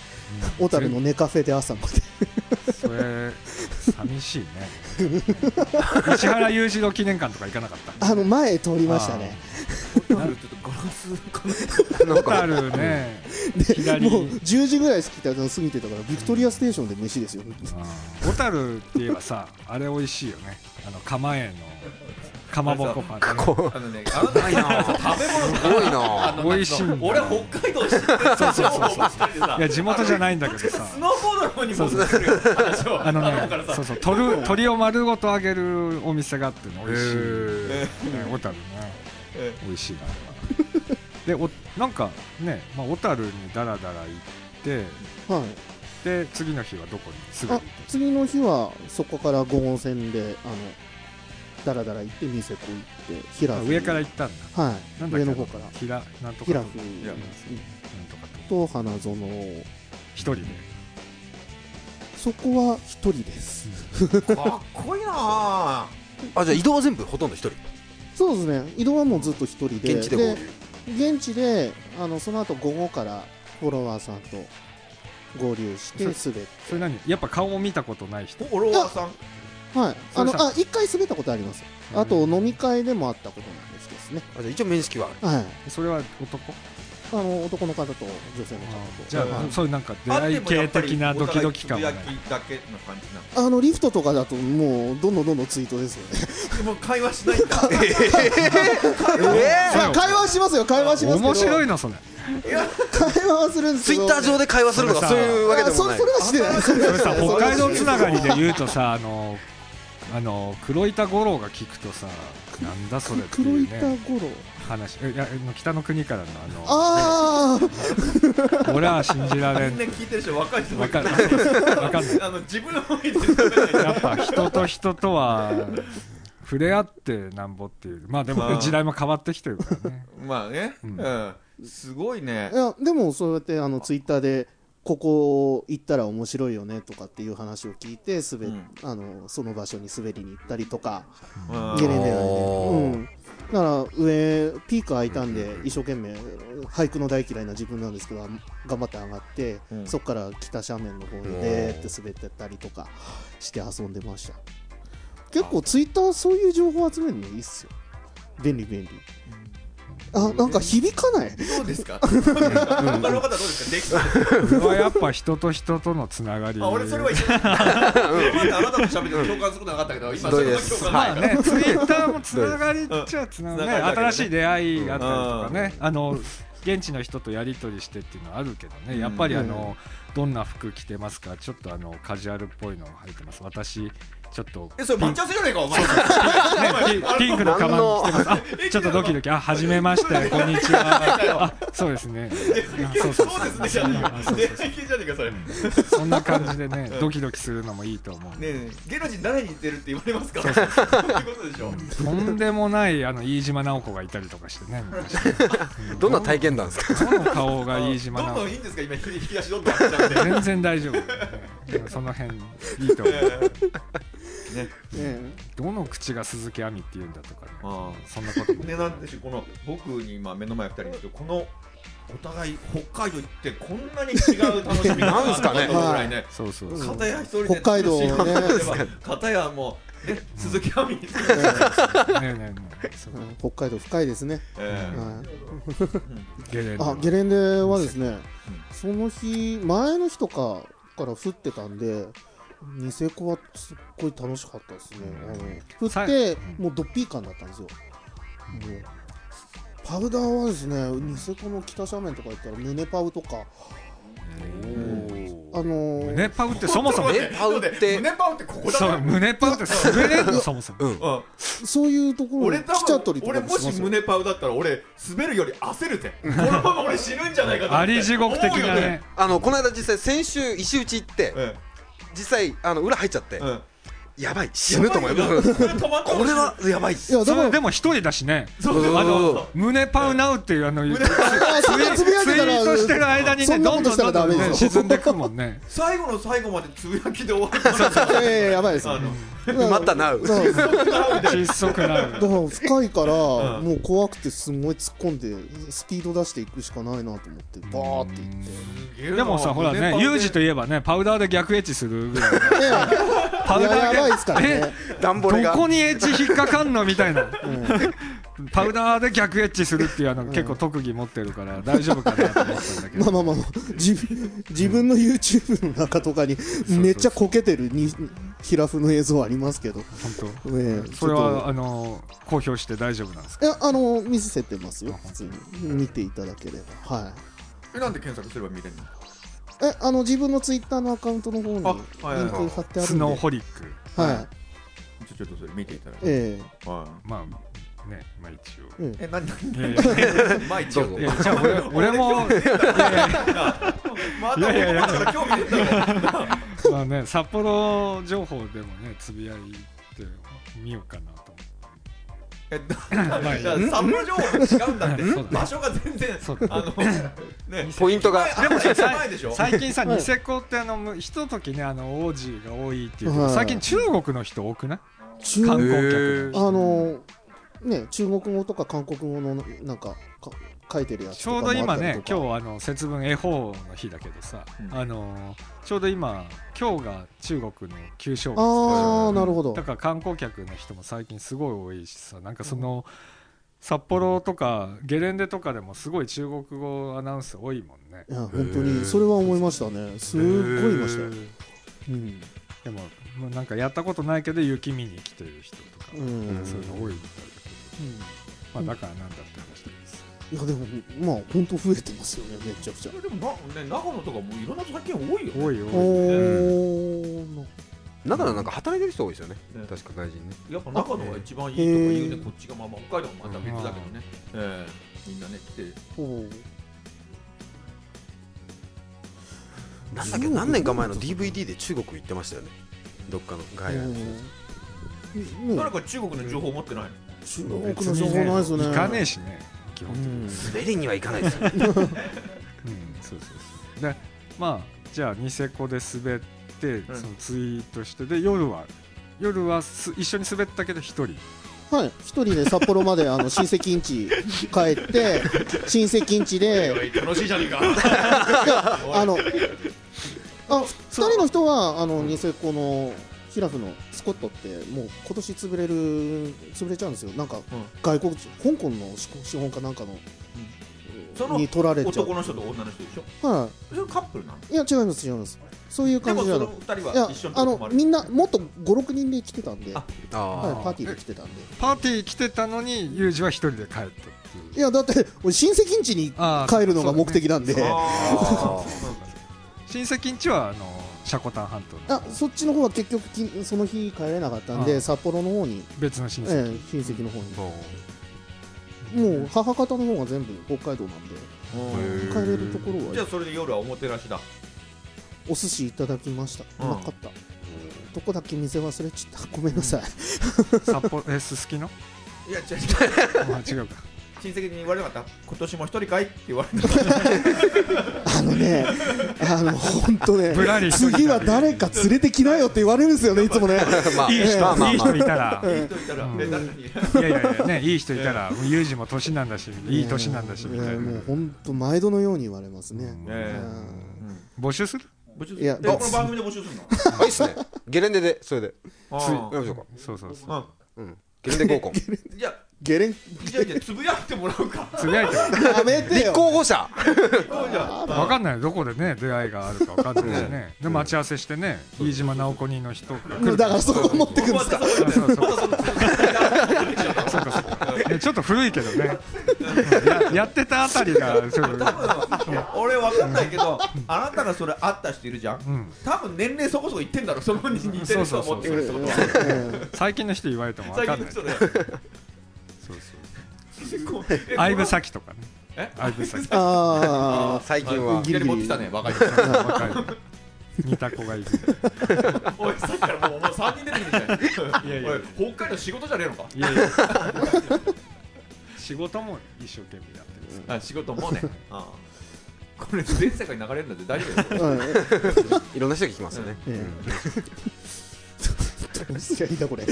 B: 小樽のネカフェで朝まで
C: それ寂しいね <laughs> 石原裕次郎記念館とか行かなかった
B: あの前通りましたね
A: <laughs> ちょっとガラスかな
D: なん
C: あ
D: か
C: るね
A: <laughs>
B: で
C: 左に
B: もう10時ぐらい過ぎた過ぎてたからビクトリアステーションで飯ですよ、
C: あー小樽って言えばさあれ美味しいよねあの釜江のかまぼこパンね
D: こう
A: あのねあの
D: ないなす
A: 食べ物とか
D: ごい
A: あ
D: な
A: の
C: 美味しいんだ
A: 俺北海道知ってる情報ばっかりでさ
C: いや地元じゃないんだけどさ
A: スノーボードの方に戻ってるよ話を
C: あのね
A: 頭からさ
C: そうそう鳥鳥を丸ごと揚げるお店があってね美味しい
D: へ
C: ね小樽ね
A: え
C: 美味しいな <laughs> でおなんかねまあ小樽、にダラダラ行って
B: はい、
C: で次の日はどこにすぐ行
B: あ
C: っ
B: 次の日はそこから5号線であのだらだら行ってニセコ行って平
C: た
B: フ
C: 上から行ったんだ
B: は
C: なん
B: い
C: だ
B: 上
C: っけ
B: の方から
C: ひらなんとか
B: 平フ
A: いや
B: う
C: なんとかと
B: と花園
C: 一人で
B: そこは一人です
A: かっこいいなあ
D: あじゃあ移動は全部ほとんど一人
B: そうですね移動はもうずっと一人で
D: 現地で合流
B: 現地であのその後午後からフォロワーさんと合流して滑って
C: それ何やっぱ顔も見たことない人
A: フォロワーさん
B: はいあの
C: それさ
B: あ一回滑ったことありますあと飲み会でもあったことなんですけどね
D: あじゃあ一応面識はある
B: はい
C: それは男
B: あの男の方と女性の方と
C: じゃあ、
B: はい
C: そういうなんか出会い系的なドキドキ感は
A: は
C: ない
A: だけの感じなの
B: あのリフトとかだともうどんどんどんどんツイートですよ
A: で
B: ね
A: も会話しないんだ
D: え
C: そう
B: さあ会話しますよ会話しますけど
C: 面白
B: い
C: いなそれ
B: 会話はするんです
D: ツ
B: け
D: イ
B: ど
D: ッター上で会話するとか
C: そ
D: そう
C: れさ
D: いうわけでもな
B: あ
D: い
B: そそれはしてないそれ
C: それ
B: <laughs>
C: さ北海道つながり
B: で
C: で言うとさあのあの黒板五郎が聞くとさなんだそれって
B: 黒
C: いう
B: 板
C: ね
B: 五郎
C: 話えいやあの北の国からの
B: あ
C: あ
B: あ
C: の俺は信じられ
A: みん
C: ん
A: な聞いてる人若い人
C: わ
A: ばっか
C: か
A: り
C: んないわかんない
A: あの自分の前で喋んない
C: やっぱ人と人とは触れ合ってなんぼっていうまあで
A: ま
C: も
A: あ
C: 時代も変わってきてるからね
A: まあね、
C: う
A: うんん、すごいね
B: い。やでもそうやってあのツイッターでここ行ったら面白いよねとかっていう話を聞いて滑、
A: うん
B: あのその場所に滑りに行ったりとか
A: うん
B: ゲレンデなんで、
D: お
B: う
D: ー
B: ん、だから上ピーク空いたんで一生懸命俳句の大嫌いな自分なんですけど頑張って上がって、
A: うん
B: そこから北斜面の方にでーって滑ってったりとかして遊んでました結構ツイッターそういう情報集めるのいいっすよ便利便利あなんか響かない
A: どうですか。他の方はどうですか。できた。
C: 俺はやっぱ人と人とのつながり
A: あ、俺それは一緒。今まであなたと喋って共感することなかったけど、今
D: ど
A: そうれ
D: で
A: は
D: す
A: 共感
C: ま
A: な
C: あ
A: いから。
C: ね、ツイッターもつながりっちゃつな
A: う
C: がり、ね、
A: んつながりだけどね
C: 新しい出会いがあったりとかね、あの現地の人とやり取りしてっていうのはあるけどね、やっぱりあの、どんな服着てますか、ちょっとあのカジュアルっぽいの履いてます、私、ちょっと、
A: え、それ抹茶するじゃねえか、お前。
C: ね、ピピンクのカバン着てます、あちょっとドキドキ、あはじめまして、こんにちは、あそうですね、あそう
A: そ
C: そう
A: うです
C: そう
A: ね、じゃねえ
C: あ
A: か
C: そう
A: 出
C: そうそ
A: 会い系じゃねえか、それ。ね
C: うそんな感じでね、ドキドキするのもいいと思う。
A: えねえ、芸能人誰に似てるって言われますか。そういうことでしょ。
C: とんでもないあの飯島直子がいたりとかしてね昔
D: どんな体験談ですか
C: どの顔が飯島
A: どん
C: 直
A: ど
C: 子
A: んいいんですか、今、引き出しどんどん開けちゃって。
C: 全然大丈夫、
A: <laughs>
C: うんその辺いいと思う
B: ね
C: どの口が鈴木亜美って言うんだとかね
A: あ
C: そんなことも
A: ね、なんでしょうこの僕に今目の前二人いるけどこのお互い北海道行ってこんなに違う楽しみがあるのと思うぐらいね
C: そうそう
B: うん
A: 片や一人で
B: 北海道ね
A: 楽しいことすれば片やもう、ね、鈴木亜美に、
C: ねえねえねえそう
B: うん北海道深いですね、
A: ええ
B: はい
C: ゲレンデ
B: あゲレンデはですね、その日前の日とかから降ってたんでニセコはすっごい楽しかったですね、あの降
C: さ
B: ってもうドッピー感だったんですよ、もうパウダーはですねニセコの北斜面とか行ったら胸パウとかあのー
C: 胸パウってそもそも
D: えパウって
A: 胸パウってここだ
C: そ
A: か
C: う胸パウって滑れんのそもそも
D: うん
A: ら、うん、
B: そういうところ
A: 俺
B: に来ちゃったりと
A: 俺
B: かも
A: も
B: しま
A: し
B: すよ
A: 胸パウだったら俺滑るより焦るぜこのまま俺死ぬんじゃないかと思って
C: あり地獄的
A: 思う
C: な
A: よ
C: ね
D: あのこの間実際先週石打ち行って
A: え
D: 実際あの裏入っちゃって
A: えうん
D: やばい死ぬと思う
A: やばいよ
D: よ
A: これ止まったら
D: これはやばいっす
B: いやだ
C: そ
B: か
C: れ
B: ら
C: でも一人だしね
A: そうそう
C: あ
A: そう
C: の胸パウナウっていうあのツイツイ
B: あそんなつぶやいてたら
C: ートしてる間に
B: そ
C: ね
B: んな
C: ど
B: こ
C: ん
B: と
C: ど
B: し
C: ん
B: たらダ
C: どんど
B: メ
C: ん
B: で
C: ね
B: しょ
C: 沈んでくもんね
A: 最後の最後までつぶやきで終わる
C: <laughs>
A: から
B: いやいややばいです
A: あの
D: またなう
B: そう
C: 窒息なる
B: だから深いから、もう怖くてすごい突っ込んでスピード出していくしかないなと思ってバーっていって、
C: でもさほらねユージといえばねパウダーで逆エッジするぐらい
B: ね
C: パ
B: い
C: ウダ
B: や
C: ー
B: やばいですからね、
D: 段ボレ
C: ど
D: が
C: こにエッジ引っかかんのみたいな
B: うん
C: パウダーで逆エッジするっていうあの結構特技持ってるから大丈夫かなと思ったんだ
B: <laughs>
C: け
B: まあ
C: ど
B: まあまあ自分自分の YouTube の中とかにめっちゃこけてるにヒラフの映像ありますけど、ね
C: 本
B: え
C: 当それはあの公表して大丈夫なんですか
B: ちょっといやあの見せてますよ普通に見ていただければはい
A: えなんで検索すれば見れるの
B: えあの自分の Twitter のアカウントの方にリンク
A: あはいはいはい
B: 貼ってある
C: ス
B: んで
C: ノ
B: は
C: ー
B: い
C: ホリック
A: ちょちょっとそれ見ていただいて
B: ええ
A: はい
C: まあねまあ一応
B: ええ
A: え何何
C: いやいやい
A: 毎日
D: どうぞ
A: いや
C: <laughs> やじゃあ俺俺も
A: また俺もまた興味出たの
C: まあね <laughs> 札幌情報でもねつぶやいてみようかなと思って
A: えっと、
C: まあいい <laughs>
A: だから札幌情報と違うんだって
C: うんそうだね
A: 場所が全然
C: そうだね
A: あのね
D: ポイントが
A: でも狭いでしょ
C: 最近さ、
B: はい
C: ニセコってあのむひとときねあの王子が多いっていうけ
B: は
C: ど
B: い
C: 最近中国の人多くない
B: 中
C: 観
B: あ
C: 光
D: へ
C: 客
D: ー
B: のね中国語とか韓国語のなんかか書いてるやつ
C: ち
B: と
C: ょ
B: かも
C: う
B: あ
C: ど今
B: ったり
C: ね
B: とか
C: 今日あの節分恵方の日だけどさ、
A: うん
C: あのちょうど今今日が中国の旧正月
B: ああなるほど
C: だから観光客の人も最近すごい多いしさなんかその札幌とかゲレンデとかでもすごい中国語アナウンス多いもんね
B: いや本当にそれは思いましたねすっごいいましたよ
D: へー
B: うん
C: でももうなんかやったことないけど雪見に来てる人とか、
B: うん
C: なんかそういうの多いみたいだけど
B: うん
C: まあだからなんだって話です。
B: いやでもまあ本当増えてますよねめちゃくちゃ
A: でもなね長野とかもいろんな作品多いよね
C: 多い多い
B: おおな
D: 長野なんか働いてる人多いですよね
A: ね
D: 確か外人ね
A: やっぱ長野が一番いいとか言うね
B: へー
A: こっちがまあまあ北海道もまた別だけどねええみんなね来てる
B: おお
D: なんだ
B: 中
D: っけ
B: 国
D: 何年か前の DVD で中国行ってましたよねどっかの外来の人
B: うんね
A: 誰か中国の情報持ってないの
B: 中国の情報ないですよね
C: 行かねえしね、基本的に。
B: うん
D: 滑りにはいかないですよね
C: うん、そうそうそう。で、まあじゃあニセコで滑って
A: ん
C: そのツイートしてで夜は夜はす一緒に滑ったけど一人。
B: はい、一人で札幌まで
A: <laughs>
B: あの親戚ん家帰って、親戚ん家で、
A: おい楽しいじゃねえかおい
B: あの、あ、二人の人は、あの、ニセコの、ヒラフのスコットって、もう今年潰れる、潰れちゃうんですよ。なんか、外国人、香港の資資本家なんかの、
A: その
B: に取られちゃ
A: 男
B: う。
A: の人と女の人でしょ
B: は
A: それカップルなの
B: い。いや、違います、違います。そういう
A: で
B: 感
A: も
B: じ
A: そ
B: じゃ
A: の
B: なく
A: 二人
B: いや
A: は一緒に、
B: あ
A: 泊ま
B: の、
A: る
B: みんな、もっと5、6人で来てたんで、は
A: あ
B: い、
D: <laughs> あ
B: パーティーで来てたんで。
C: パーティー来てたのにユージは一人で帰ったっていう。
B: いや、だって、俺親戚ん家に
C: あー
B: 帰るのが目的なんで、
A: あーそうなんだ
C: 親戚んちはあのシャコタン半島の
B: あそっちの方は結局きその日帰れなかったんで
C: ああ
B: 札幌の方に、
C: 別の親
B: え
C: 戚。
B: え親戚の方に、
D: あ
B: もう母方の方が全部北海道なんで
A: うん
B: 帰れるところ
A: じゃあ
B: は
A: それで夜はおもてなしだ
B: お寿司いただきましたう
A: うん
B: まかったどこだっけ店忘れちゃったごめんなさい、 <laughs>
C: 札幌えすすきの？
A: いや違う違う
C: あ違
B: <laughs>
C: うか。
A: 親戚に言われなかった今年も一人かいって言われた
B: あのねあの本当ね
C: ぶらり
B: 次は誰か連れてきなよって言われるんですよねいつもね
D: ー <laughs> まあ
C: いい人、
D: まあまあ
C: いい
D: まあ
C: 人いたら。
A: いい人いたら、
C: うん
A: ね誰に
C: いやいやいやね、いい人いたら、もうユージも年なんだし、いい年なんだし、みた
B: ええ
C: い
B: もう
C: な。
B: 本当毎度のように言われますね、
C: うん
A: え
B: うん
C: 募集する
A: 募集す
B: いや
A: るでこの番組で募集するの
D: あいいっすねゲレンデでそれで
A: あ
D: やりましょうか
C: そうそうそう。
A: ー
D: うん <laughs> ゲレンデ合コン
A: うんじゃあ
B: ゲレン
A: じゃあじゃあつぶやいてもらう
C: <laughs>
A: か
C: つぶやいても
B: やめて
D: 立
B: よ
D: 候補者
A: そうじゃ
C: わかんないどこでね出会いがあるかわかんないしねで待ち合わせしてね飯島直子人の人が来る
B: だからそこ持ってくるんですか
C: そうそう
A: まだそのつぶやいてもらうか
C: ねちょっと古いけどねややってたあたりがそう
A: 俺わかんないけどあなたがそれ会った人いるじゃん
C: うん
A: 多分年齢そこそこいってんだろその人に似てる人を持ってくるってことは
C: 最近の人言われてもわ
A: 最
C: か
A: 近の
C: んない
A: 人
C: そう
A: ね
C: そう
A: <laughs> え
C: 相部先とかね
A: え
C: 相部先
B: ああ
D: 最近はい
A: きなり持ってきたね若い人
C: 若い似た子がいる
A: おいさっきからもうもう三人出てきてるじゃん
C: いやいや
A: おい北海道仕事じゃねえのか
C: いやいや仕事も一生懸命やってま
A: あ
C: す
A: 仕事もねああこれ全世界に流れるんだって大丈夫だよ
B: うん
D: いろんな人が聞きますよね
B: ええどうすりゃいいんだこれ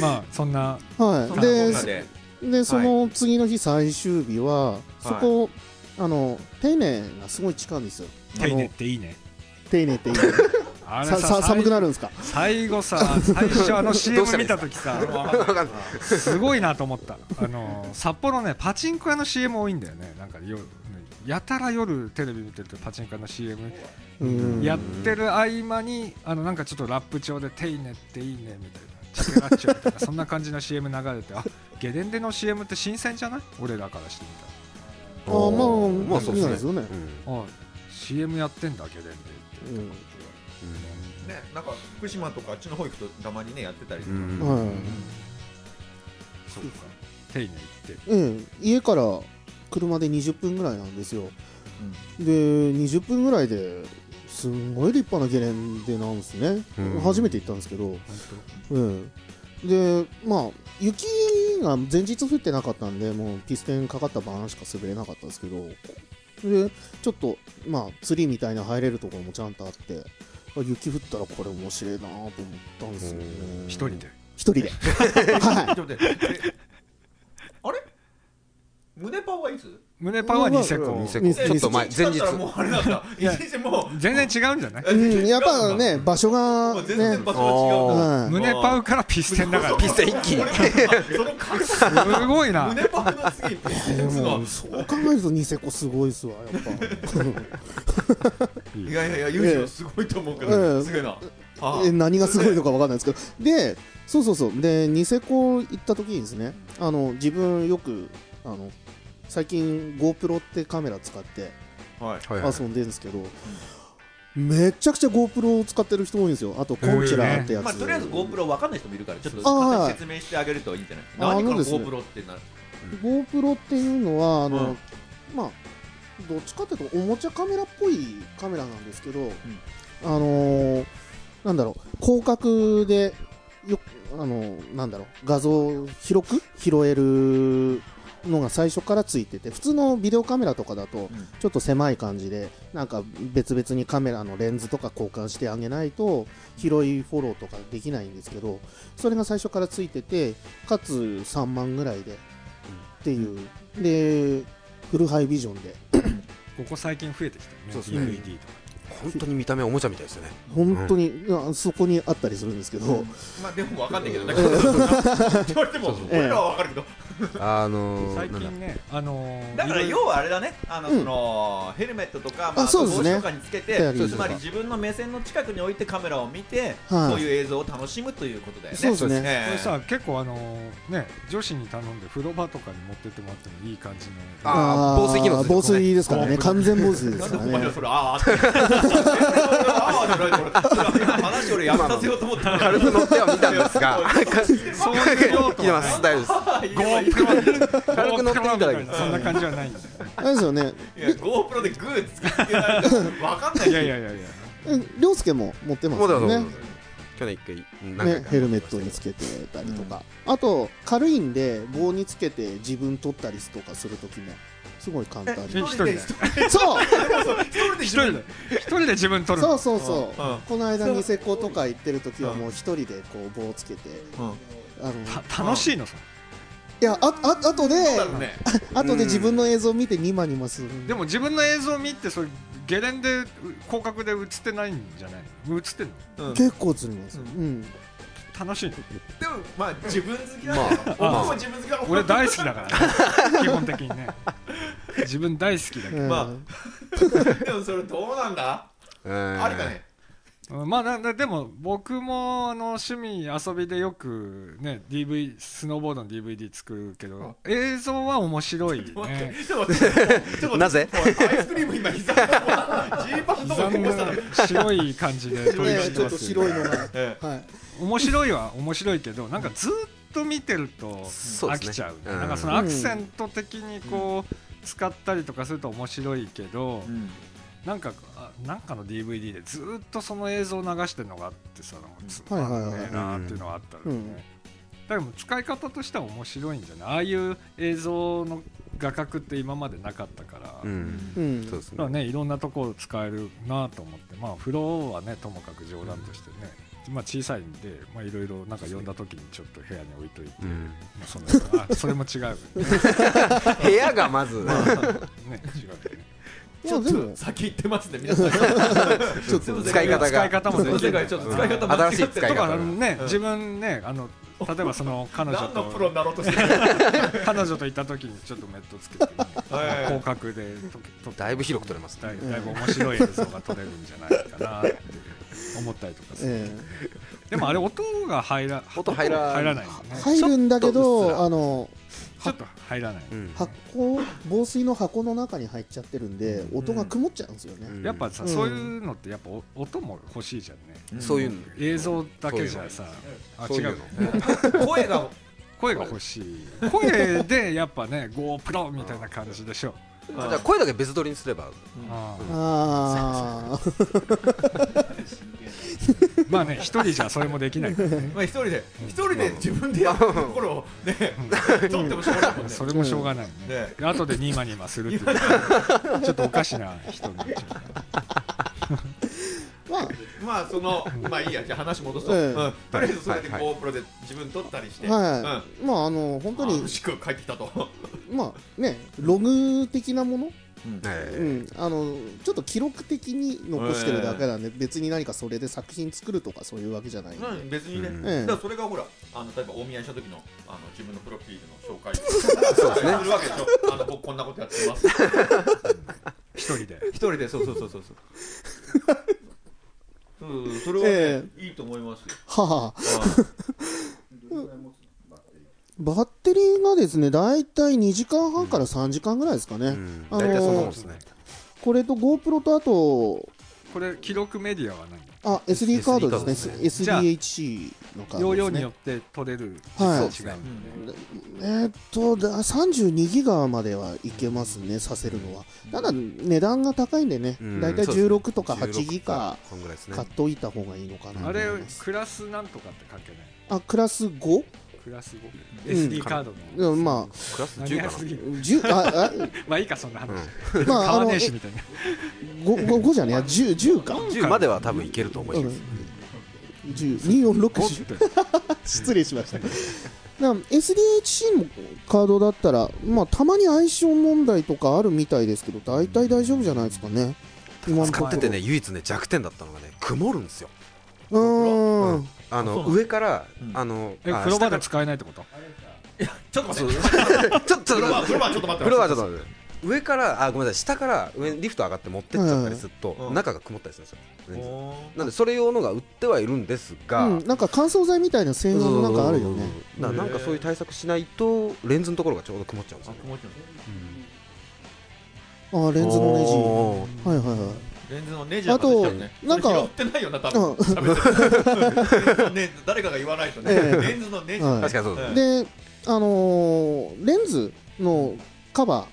C: まあそんな
B: は
A: そ
B: い
A: んなこんな
B: で
A: で
B: でその次の日最終日は、そこあの丁寧がすごい近いんですよあ
C: 丁寧っ
B: の
C: ていいね
B: 丁寧っていい
C: あれ
B: ささ寒くなるんですか
C: 最後さ最初あの CM
D: どうしたらい
C: 見
D: いで
C: た
D: すか
C: 時さ
D: わかんない
C: すごいなと思ったあの札幌ねパチンコ屋の CM 多いんだよねなんか夜やたら夜テレビ見てるとパチンコ屋の CM
B: うん
C: やってる合間にあのなんかちょっとラップ調で「手いねっていいね」みたいな「チャペラッチョ」みたいなそんな感じの CM 流れてあゲレンデの CM って新鮮じゃない俺らからしてみたら
B: あーまあ
D: まあそう
B: いいんじゃないです
D: です
B: よ
D: ね
B: ね
D: うん
C: あ CM やってんだゲレンデって
B: うん
A: ねなんか福島とかあっちの方行くとたまにねやってたりする
D: うん
B: はい
C: そうか「手いね」って
B: うん家から車で20分ぐらいなんですよで20分ぐらいですんごい立派なゲレンデなんですね、
D: うん
B: 初めて行ったんですけど、う
C: 本
B: ん、でまあ雪が前日降ってなかったんでもうピステンかかったバーンしか滑れなかったんですけどでちょっとまあ釣りみたいな入れるところもちゃんとあってあ雪降ったらこれ面白いなと思ったんですよね
D: うん
C: 一人で
B: 一人
C: <laughs>
B: では
A: ちょっと待ってえあれ胸パンはいつ
C: 胸パワーニセコ
D: ニセ
B: コ
A: え
D: ちょっと前
A: 一日
D: 前
A: 経っ
D: 日
A: たらもうあれなんだ
C: いや
A: 一日もう
C: 全然違うんじゃない
B: い、うん、やっぱね場所
A: も
B: が
A: う全
B: ね
A: 然場所が違うんだ
B: はい
C: 胸パウからピステンだ
D: <laughs>
C: から
D: ピステン一気に
A: <laughs> その格差
C: すごいな
A: 胸パンの次ピステ
B: で
A: ンすご
B: も
A: い
B: そう考えるとニセコすごいっすわやっぱ
A: いやいやいやユージはすごいと思うけ
B: え
A: ど
B: え
A: すごいな <laughs> あ
B: え何がすごいのかわかんないですけどでそうそうそうでニセコ行った時にですねあの自分よくあの最近 GoPro ってカメラ使って
A: はい
D: はいはい
B: 遊んでるんですけど、めちゃくちゃ GoPro を使ってる人多いんですよあとコンチュラーってやつ、
A: まあとりあえず GoPro わかんない人もいるからちょっと
B: あ
A: 簡単
B: は
A: に
B: い
A: 説明してあげるといいんじゃない何
B: あ
A: こ
B: あの
A: の
B: ですね
A: GoPro ってなる
B: GoPro っていうのはあの、
A: うん
B: まあどっちかっていうとおもちゃカメラっぽいカメラなんですけど、あのーなんだろう広角でよあのーなんだろう画像を広く拾えるのが最初からついてて普通のビデオカメラとかだと
A: ん
B: ちょっと狭い感じでなんか別々にカメラのレンズとか交換してあげないと広いフォローとかできないんですけどそれが最初からついててかつ3万ぐらいでっていう、でフルハイビジョンで
C: ここ最近増えてきたね
D: そうそう
C: DVD とか
D: 本当に見た目おもちゃみたいですよね
B: 本当に、あそこにあったりするんですけど、
A: まあでもわかんないけどね言われても俺らはわかるけど
D: あの
C: 最
D: ーなんだ
C: 近ねあのー
A: だから
C: いろい
A: 要
C: ろ
A: はあれだね、あの
B: うん
A: そのヘルメットとか、まあ、
B: あそうです
A: 帽
B: ね
A: 子とかにつけて、
B: そうです
A: つまり自分の目線の近くに置いてカメラを見て、
B: はい
A: そういう映像を楽しむということだよね。
B: そうですね
A: ええ
C: これさ結構あのーね女子に頼んで風呂場とかに持ってってもらってもいい感じの
D: あー防水機能ですよね
B: 防水ですからね
C: こ
B: 完全防水で
A: なん
B: す
A: でお
B: から
A: 前
B: ね
A: <laughs> らそれあーって。あーじゃないこれそれ話俺やめさせようと思 <laughs> った
D: 軽く乗っては見たんですが
C: そういう用
D: <laughs>
C: 途
D: 来て
C: は
D: ま
C: ね
D: す大丈夫です軽く乗ってみただけです
C: そんな感じはないんだよね
B: あれですよね
A: いや GoPro でグーつけられてわかんない
C: い
A: し
C: やいやいやいや
B: え涼介も持ってます
D: もうだ
B: よ
D: もうだも
B: ね
D: うだ去年一回何回
B: ね
D: か
B: ヘルメットにつけてたりとか、あと軽いんで棒につけて自分撮ったりとかするときもすごい簡単
A: え
B: に
C: 一人で
A: 一人
B: <laughs> そう
C: 一人で一人で自分撮る
B: そ
C: の
B: うそうそう
A: うん
B: この間ニセコとか行ってるときはもう一人でこう棒つけて
A: うん
B: あの
C: た楽しいのさ
B: いやあああとで
A: そうだろうね
B: あとで自分の映像を見てニマニマする
C: でも自分の映像を見てそれゲレンデう広角で映ってないんじゃないの映ってんの
A: うんで
B: 結構釣ります
A: う
B: うんん
C: 楽しいの
A: もまあ自分好きだ
D: ま
A: ね僕も自分好きだから
C: 俺大好きだから
D: <laughs>
C: ね基本的にね自分大好きだけ
B: うん
A: までもそれどうなんだあ
D: あ
A: りか
D: <laughs>
A: ね
C: どまあななでも僕もあの趣味遊びでよくね DV スノーボードの DVD 作るけど映像は面白い
A: 待って
C: ね
A: ちょっと待ってちょっと待って
D: なぜ
A: もうアイスクリーム今膝のとこジーパンのとこ
C: 残
A: こぼ <laughs> したの
C: 念白い感じで撮り
B: ね
C: 切
B: ち
C: て
B: ょ
C: ま
B: っと
C: す
B: 白いのが
A: え
B: はい
C: 面白いは面白いけどなんかずっと見てると
D: そう
C: 飽
D: ですね
C: きちゃうね
D: うん
C: なんかそのアクセント的にこう使ったりとかすると面白いけど
A: えうん
C: なんかあなんかの DVD でずっとその映像を流してるのがあってさなんかつ
B: はい
C: ま
B: はいはい
C: んねえなっていうのがあったの
B: う
C: ね
B: ん
C: だからもう使い方としては面白いんじゃないああいう映像の画角って今までなかったから、
D: う
C: だ
D: ん
B: うん
D: そうですね
C: からねいろんなところ使えるなと思ってまあ風呂はねともかく冗談としてね、まあ小さいんでまあいろいろなんか呼んだ時にちょっと部屋に置いといて、
D: うん
C: まあそんなあそれも違うよ
B: <laughs>
C: ね
D: 部屋がまず
C: ね違うよね
B: い
A: ちょ
B: や
A: っ
B: でも
A: と先行ってますね皆さん
B: <laughs> ちょっと
A: 全部
D: 使い方が
C: 使い方も
A: その世界ちょっと使い方間違って
D: 新しい使い
C: と
D: 方
C: かあのね、
A: うん
C: 自分ねあの例えばその彼女
A: 何のプロ
C: と
A: になろうとしてるの
C: 彼女といた時にちょっとメットつけて、ね、
A: はい
C: 広角でとと
D: だいぶ広く撮れますね
C: だいだいぶ面白い映像が撮れるんじゃないかなって思ったりとかする、
B: ええ
C: でもあれ音が入ら
D: 音入ら
C: 入らないんだね
B: 入るんだけ
D: ちょっとうっすら
B: どあの
C: ちょっと入らない、
D: うん
B: 箱防水の箱の中に入っちゃってるんで
A: ん
B: 音が曇っちゃうんですよね
D: うん
C: やっぱさ、
B: うん
C: そういうのってやっぱお音も欲しいじゃんね
D: そういうの
C: 映像だけじゃさあ
D: そう
C: 違
D: いうう
C: の
A: 声が
C: 声が欲しい声でやっぱね GoPro みたいな感じでしょ
D: のじゃあ声だけ別撮りにすれば
C: ああ
B: ああ
C: まあね一人じゃそれもできないからね
A: まあ一人で一人で自分でやるところをね取ってもしょうがないもんね
C: それもしょうがないね、
A: ね
C: で後でニーマニーマするっていうちょっとおかしな人になっちゃう
B: まあ
A: まあそのまあいいやじゃあ話戻そう、
B: ええ
A: うん、とりあえずそれで
D: はいは
A: GoPro で自分撮ったりして、
B: はい、まああの本当
A: うん、
B: に
A: 楽しく帰ってきたと、
B: まあねログ的なもの、
A: うん
B: う
D: え
B: ん、あのちょっと記録的に残してるだけなんで、別に何かそれで作品作るとかそういうわけじゃないんで、
A: うん、別にね、
D: うん
A: だからそれがほらあの例えばお見合いした時のあの自分のプロフィールの紹介そうですねするわけでしょあの僕こんなことやってます
C: 一人で
A: 一人でそうそうそうそうそう <laughs> そうそうそれは、ね
B: え
A: いいと思いますよ
B: はあ、
A: あ
B: バッテリーがですね大体2時間半から3時間ぐらいですかね、
D: うん
B: あの
D: 大体そんなもんですね
B: これと GoPro とあと
C: これ記録メディアは何
B: あ SD カードですね
D: SD
B: SDHC のカード
C: 容
B: で
C: 量
B: す
C: に
B: ね
C: よって取れる
B: はい
C: 実は違うもんね、
B: えーっとだ32ギガまではいけますねさせるのはただ値段が高いんでね、
D: うん
B: だいたい
D: そうですね
B: 16とか8ギガ
D: そんぐらいですね
B: 買っといた方がいいのかなと
C: あ
B: 思い
C: れ
B: ます
C: クラスなんとかって関係ない
B: あクラス 5?
C: クラス5、
B: うん
C: SD カードの、
B: うんまあ
D: クラス
C: 何
D: 10
C: が
D: か
C: す
D: な
C: ぎる
B: 10ああ
C: まあいいかそんな話、
B: まあ
C: 買
B: あの
C: わねえ
B: え
C: しみたいな
B: 5, 5, 5じゃねえや 10, 10か、
D: 10までは多分いけると思います
B: うん、10 2460失礼し <laughs> ました。だから SDHC のカードだったら、まあ、たまに相性問題とかあるみたいですけど、大体大丈夫じゃないですかね。今のとこ
D: 使
B: ろ
D: っててね唯一ね弱点だったのがね曇るんですよ
B: うーん。
D: あ
A: そうな
D: の
A: の
D: 上から
A: うん
D: あの
C: え
D: あ
C: 風呂場
D: 下
C: で
D: か
C: 使えないってこと
A: ちょっと待って
D: らちょっと
A: フロア
D: 風
A: フロアちょっと待って
D: 呂場ちょっと待って上からあごめんなさい下から上にリフト上がって持ってっちゃったりすると
A: うん
D: 中が曇ったりするんですよ全然
A: おー
D: なんでそれ用のが売ってはいるんですが、
B: うん、なんか乾燥剤みたいな専用のなんかあるよね。
D: だからなんかそういう対策しないとレンズのところがちょうど曇っちゃうんです
A: あ
D: よ、ね、
A: 曇っちゃう
B: あーレンズのネジ。
D: おー
B: はいはいはい。
A: レンズのネジはまだ来たよね
B: あとなんか
A: それ拾ってないよな多分、
B: うん
A: 喋ってるね誰かが言わないとね、
B: ええ
A: レンズのネジ、
B: はい
D: 確かにそうですね
B: で、あのーレンズのカバー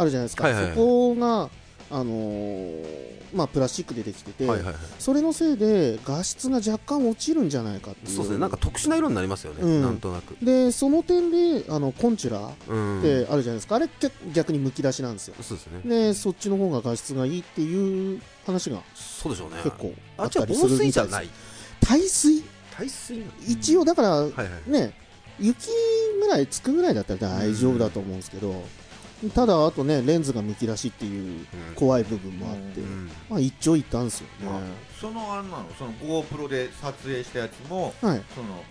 B: あるじゃないですか。
D: はいはいはい
B: そこが、あのーまあ、プラスチックでできてて、
D: はいはいはい
B: それのせいで画質が若干落ちるんじゃないかっていう。
D: そうですねなんか特殊な色になりますよね、
B: うん
D: なんとなく
B: でその点であのコンチュラっ
D: うん
B: てあるじゃないですか、あれけ逆にむき出しなんですよ
D: そうですね
B: でそっちの方が画質がいいっていう話が
D: そうでしょうね
B: 結構あ
D: あ
B: っ
D: じ
B: た
D: ゃあ
B: りす
D: 防
B: るみた
D: 水
B: い
D: じゃな
B: で
D: い
B: す耐水
D: 耐水なの
B: 一応だから、
D: はいはい
B: ね雪ぐらいつくぐらいだったら大丈夫だと思うんですけど、ただあとねレンズがむき出しっていう
D: うん
B: 怖い部分もあって、
D: うん
B: まあ一長一短ですよね、
A: まあそのあんなのその GoPro で撮影したやつも
B: はい
A: その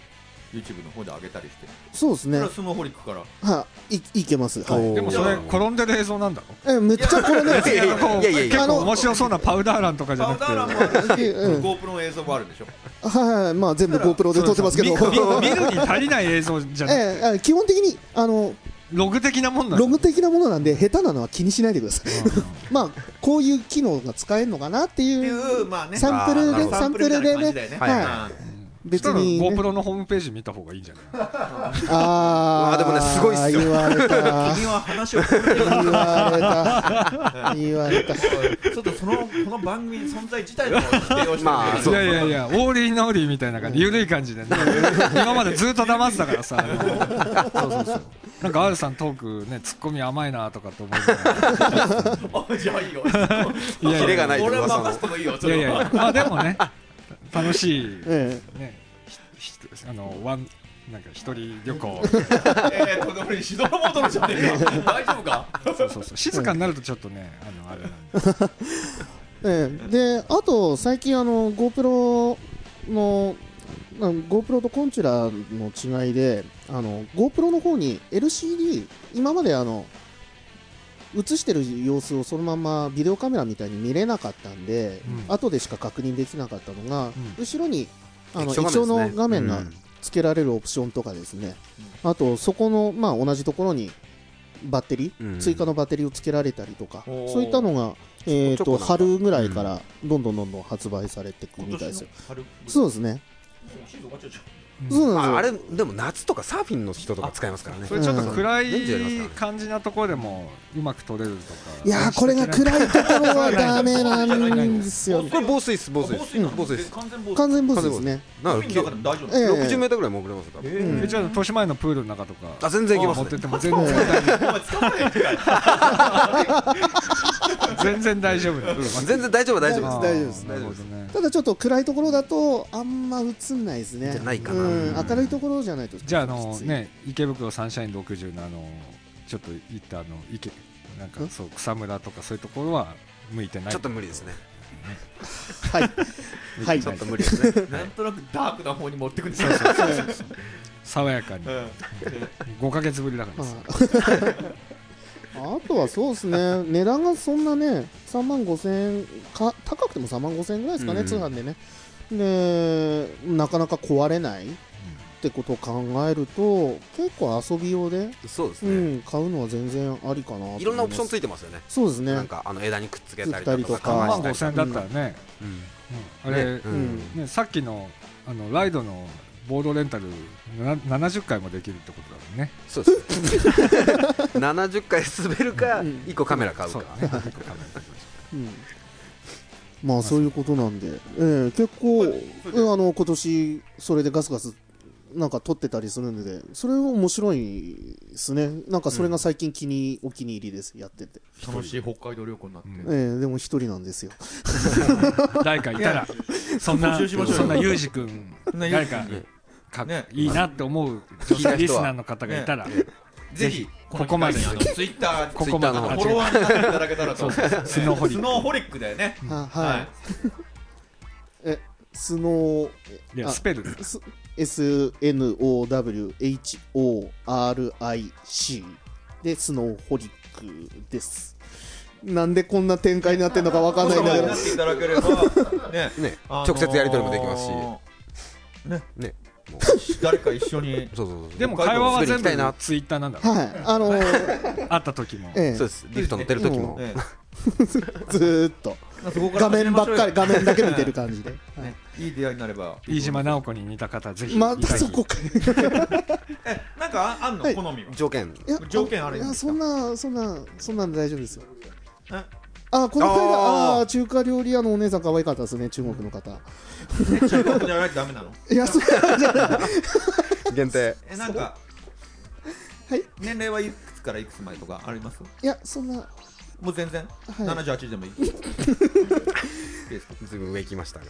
A: YouTube の方で上げたりして、
B: そうです
A: そ
B: ね
A: れはスノホリックから
B: はいいいけますはい
D: おー
C: でもそれ転んでる映像なんだろ
B: えめっちゃこれね
D: いやいやいやいやい
C: 結
D: や
C: 構面白そうなパウダーランとかじゃ
A: パ
C: な
A: ウダーランも
C: くて
A: あるし、
B: うん
A: GoPro の映像もあるんでしょ
B: はいはい、まあ全部 GoPro で撮ってますけど、
C: 見見るに足りない映像じゃなく
B: ええ基本的にあの
C: ログ的なもんなんだ
B: ログ的なものなんで下手なのは気にしないでください。 <laughs> まあこういう機能が使えるのかなって
A: って
B: い
A: いううまあね
B: サンプル
D: あーなる
B: で
D: ほど
B: サンプルでね、
A: ね
D: はい
A: は
C: そし
B: 別
C: たら
B: にね、
C: GoPro のホームページ見た方がいいんじゃない
B: あ
D: わあ
B: あ
D: でもねすごいっすよ
B: 言われた
A: い、君は話を聞いてる
B: 言われ
D: <laughs>
B: た言われた。
A: ちょっとそのこの番組存在自体の否定をしてるんだよね
D: まあ
C: い
D: そう
C: やいやいやオーリーノーリーみたいな感じ緩い感じでね今までずっと黙ってたからさあのそうそうそうなんか R さんトークねツッコミ甘いなとかって思いながら
A: あじゃあいいよ
C: い
A: <laughs>
C: やいや
D: キレがないと
A: 俺は
D: 噂の
A: 任せてもいいよそ
C: いや
A: れ
C: い
A: は
C: やいやまあでもね楽しい
B: え
C: ねひひあのワンなんか一人旅行
A: えーと、俺、しどろもどろじゃねえか。大丈夫か。
C: そうそうそう静かになるとちょっとねあのあれなんで
B: えええであと最近あの GoPro のあの GoPro とコンチュラの違いであの GoPro の方に LCD 今まであの映してる様子をそのままビデオカメラみたいに見れなかったんで、
C: うん
B: 後でしか確認できなかったのが、
C: う
B: 後ろにあの
D: 液晶
B: 液晶の
D: 画面ですね
B: 画面が
D: うん
B: 付けられるオプションとかですね、あとそこの、まあ、同じところにバッテリー、
D: うん
B: 追加のバッテリーを付けられたりとか、
A: おー
B: そういったのが、えー、
D: ちょ
B: と
D: こちょこなんだ
B: 春ぐらいからどんどんどんどん発売されていくみたいですよ、そうですね
A: 今年の。
B: そう
D: ま
B: なん
D: あ、あ
B: ですよ
D: れでも夏とかサーフィンの人とか使いますからね
C: それちょっと暗
D: うんレンジやります
C: い
D: からね
C: 感じなところでもうまく撮れるとか
B: いやーこれが暗いところはダメなんです
D: <laughs>
B: よ
D: これ防水です防水
A: 防
D: です
A: 水なの
D: 防水です
A: 完全防水
B: 完全防水ですね
D: なん
A: 海の中で
D: か
A: も大丈夫
B: ええ
D: 60メートルぐらい潜れますよ多分
B: うん
C: えじゃあ年前のプールの中とか
D: あ全然行け
C: 持っ
D: ます
C: てっ
D: ね
C: ても全
D: <laughs>
C: 然大丈
A: お前使わないで
C: 夫全然大丈夫だよ
D: 全然大丈夫大丈夫です
B: 大丈夫です
C: なるほどね
B: ただちょっと暗いところだとあんま映んないですね
D: じゃないかな
B: うん明るいところじゃないと
C: じゃああの
B: きつい
C: ね池袋サンシャイン60のあのちょっと行ったあの池なんか
B: ん
C: そう草むらとかそういうところは向いてない
D: ちょっと無理ですね <laughs>
B: はいはい
D: ちょっと無
B: <laughs>
D: 理ですね
A: なんとなくダークな方に持ってくんです
C: そ
A: よ
C: うそうそう
B: うん
C: 爽やかに
A: うん
C: 5か月ぶりだからですよ
B: <laughs> あとはそうですね値段がそんなね3万5000円か高くても3万5000円ぐらいですかね、
D: うん
B: 通販でねでなかなか壊れないってことを考えると結構遊び用で、
D: そうです
B: う
D: ね
B: ん、買うのは全然ありかなと思ます
D: いろんなオプションついてますよね
B: そうですね
D: なんかあの枝にくっつけた
B: く
D: り
B: っつけたりと
D: と
B: か
D: か
C: 3
B: あ
C: 万
D: 構えた
C: 5000
D: りとか
C: 円だったらね
D: うん
C: うんあれ
D: ねう
B: うん
D: ん
C: ねさっきのあのライドのボードレンタルな70回もできるってことだもんね
D: そうですね70回滑るか
B: うん
D: 1個カメラ買う
C: そ
D: か
C: うだね一個カメラ買
B: う
C: う
B: んまあそういうことなんで、ええ結構、
A: はいそうです
B: うんあの今年それでガスガスなんか撮ってたりするんでそれ面白いですねなんかそれが最近気に、お気に入りですやってて、
A: 楽しい北海道旅行になって
C: うん
B: ええでも一人なんですよ
C: <laughs> 誰かいたらそんな
A: 募集しましょうよ
C: そんなユージ君
A: そんな
C: 誰か
A: ね
C: か
A: ね
C: いいなって思う女性リスナーの方がいたら
A: ぜひ
C: ここまで
A: の機会にあのツイッター
C: ここまで
A: あの
C: あ
A: フォロ
C: 違う
A: ワーになっていただけたらと
C: そうそうそうスノーホリック
A: スノーホリックだよね
B: ははい、
A: はい
B: スノー
C: いや
B: あ
C: スペル
B: SNOWHORIC でスノーホリックですなんでこんな展開になってんのかわかんないんだけ
A: <laughs> に
B: ど
A: なっていただければね
D: ね
A: あのー
D: 直接やり取りもできますしねもうそう
A: 誰か一緒に
D: そうそうそう
C: でも会話は全
D: 滑りに行きたいな
C: 部ツイッターなんだろ
B: はい、あのー
C: 会った時も
B: ええ、
D: そ
B: ず
D: うですリフト乗ってる時も
A: ね
B: ーっと
A: そこから
B: 画面ばっかり、画面だけ見てる
A: か
B: 感じで。
A: ら <laughs> ねいい出会いになれば
C: 飯島直子に似た方ぜひ
B: またそこか。
A: えなんかあんの
B: はい
A: 好みは
D: 条件
B: いや
A: 条件あるん
B: いや、
A: ですか
B: そんな、そんな、そんなんで大丈夫ですよ。
A: え
B: あ、この間、
D: あー
B: ああー、中華料理屋のお姉さん可愛かったですね、中国の方。
A: 中国じゃないとダメなの
B: いや、そうじゃない。
D: 限定
A: えなんか
B: はい
A: 年齢はいくつからいくつまでとかあります
B: いや、そんな、
A: もう全然
B: い
A: 78でもいいいいですか
D: ずいぶん上行きましたが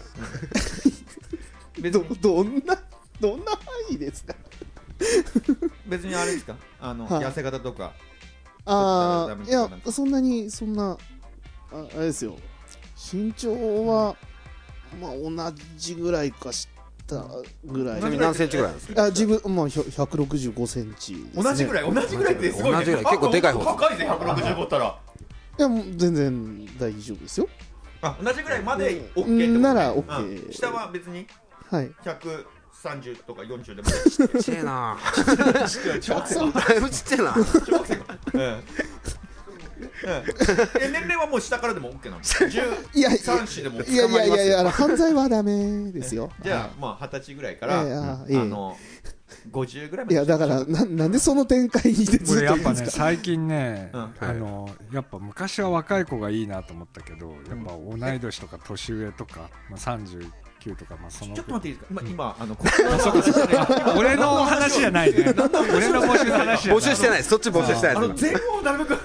A: 別
B: ど
A: に、
B: どんな、どんな範囲ですか。
A: 別にあれですかあの、
B: はい
A: 痩せ方とか
B: あ
A: ダメで
B: あ、い
A: すか
B: や、そんなに、そんな、ああれですよ。身長は、まあ、同じぐらいかしたぐら
D: ち
B: い
D: な。みに何センチぐらいなんですか
B: あ自分、まあ、ひょ165センチです、ね。
A: 同じぐらい同じぐらいってすごい、ね、
D: 同じぐらい結構でかい方
A: あ高いぜ165ったら
B: いや、もう全然大丈夫ですよ。
A: あ同じぐらいまで OK ってこ
B: う
A: と
B: ん
A: ね
B: なら
A: うん
B: OK
A: 下は別に
B: はい。
A: 130とか40でも
D: ちっちゃいな
A: 小学生
B: そん
D: だいぶちっちゃいな
A: 小学生かうんうんえ年齢はもう下からでも OK なの
B: いやいや
A: 13歳でも
B: いや
A: 捕
B: い
A: ま
B: や
A: り
B: い
A: ます
B: やい
A: よ
B: や、あの犯罪はダメですよ
A: <laughs> 。じゃ
B: は
A: あまあ二十歳ぐらいから、
B: ええあ
A: あ
B: ええ
A: の50ぐらいまで
B: い、いや、だから、ななんでその展開にで
C: こ
B: ずっ
C: れや
B: とい
C: っ
B: いん
C: ぱ
B: で
C: ね
B: すか。
C: 最近ね、
A: うん
C: あのやっぱ昔は若い子がいいなと思ったけどやっぱ同い年とか年上とか、まあ、39とか、まあ、その
A: ちょっと待っていいですか今今あの
C: 俺の話じゃないね俺の募集の話じゃない
D: <laughs> 募集してないですそっち募集してない
A: あの
D: です
A: 全部をなるべく考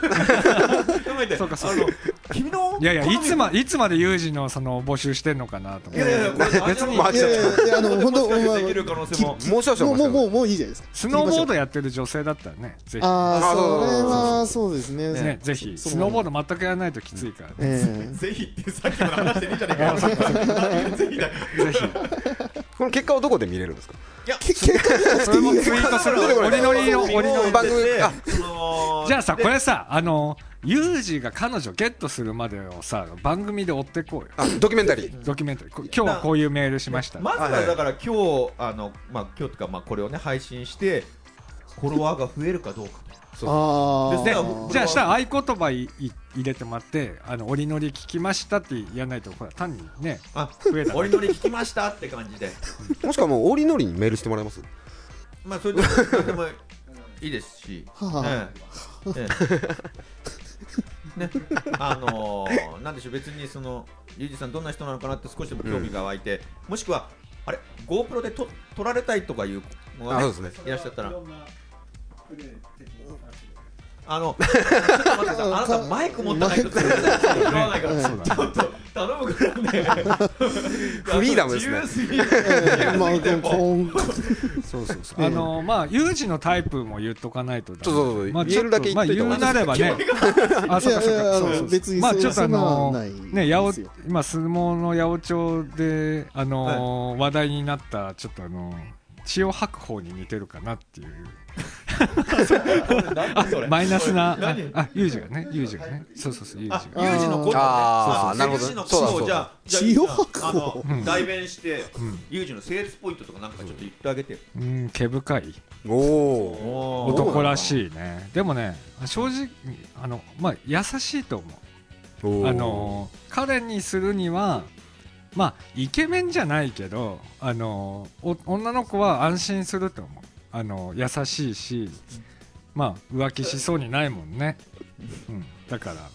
A: えて
C: そうかそう
A: あの君の
C: いやいや
A: 好み
C: いつまいつまでユージのその募集してんのかなと
A: い
C: 思っ
A: やいやい
C: て
A: やこれ
D: 別に回
B: い
D: しちゃ
B: やい
D: っ
B: やいや、あの、本当、
A: もしかした
B: まあ
A: らできる可能性も
D: たもう少
B: も
D: 々も
B: う、
D: う
B: も
D: 少
B: う、も
D: 々
B: う、もういいじゃないですか。
C: スノーボード
B: や。
C: やってる女性だったらねぜひ
B: ああ、
D: あそう
B: それは、そうですね。
C: ねぜひ
B: そう
C: スノーボード全くやらないときついからね、
B: え
A: ぜひってさっきの話でいいじゃねえかよぜひだ
C: ぜひ
D: この結果をどこで見れるんですか
A: いや
B: え。結果
C: それもツイートする
D: 出てこ
C: オ
D: ない
C: リノリのオリ
A: もう
C: ノリ
D: 番組
A: で
D: あ
A: その
C: じゃあさ
A: で
C: これさあのユージが彼女ゲットするまでをさ番組で追ってこうよ
D: あドキュメンタリー
C: ドキュメンタリーこ今日はこういうメールしました、
A: まずは
D: はい
A: だから今日あのまあ今日とかまあこれをね配信してフォロワーが増えるかどうか
D: そう
B: ああ
A: で
C: で
A: だから
C: じゃあ下合言葉いい入れてもらって「あの折り乗り聞きました」ってやらないとほら単にね
A: あ
C: 増えた
A: 折り乗り聞きましたって感じで
D: もしくはもう折りのりにメールしてもらえます
A: <laughs> まあそれでもでもいいですし、
B: はあ
A: ええええね、あのーなんでしょう別にそのユージさんどんな人なのかなって少しでも興味が湧いて、もしくはあれ GoPro でと撮られたいとかいうのが、
D: あ
A: ね
D: そうですね
A: いらっしゃったら。あ
D: <laughs>
A: の、ちょっと待ってください。あなたマイク持ってないと作れないですよ。わないから、
B: うん
A: ちょっと頼むからね。
D: フリーダムです
A: 自
D: ね
A: 由すぎる
B: ええまあでもこん
D: そうそうそ
C: あのまあ有事のタイプも言っとかないとだ
D: そうそうそう
C: まあ
D: 言えるだけ言っといた方がいい
C: まあ言うなればねあそうかそう
B: いやいや
C: か
B: あの
C: そうそう
B: 別に
C: まあ
B: そう
C: ちょっとあ
B: そん
C: の
B: なのはないですよ
C: ね八百今相撲の八百長であの、話題になったちょっとあの血を吐く方に似てるかなっていう
A: なんだそれ
C: <laughs> マイナスなあ
A: 何
C: あユージがねユージがねそうそうそうユー
A: あ
C: ジ、が
A: 有事のことね。
D: あー
A: そう
D: なるほど
A: 有事のこと
D: そう
A: を
D: だ
A: じゃあ、じゃあ
B: 千代白鵬
A: あの
C: うん
A: 代弁して
C: ん、
A: 有事のセールスポイントとかなんかちょっと言ってあげてよ。
C: うん毛深いう
D: おお
A: お
D: ー
A: ー
C: 男らしいねでもね正直あのまあ優しいと思うあの彼にするにはまあイケメンじゃないけどあのお女の子は安心すると思うあの優しいしまあ浮気しそうにないもんね、うん、だから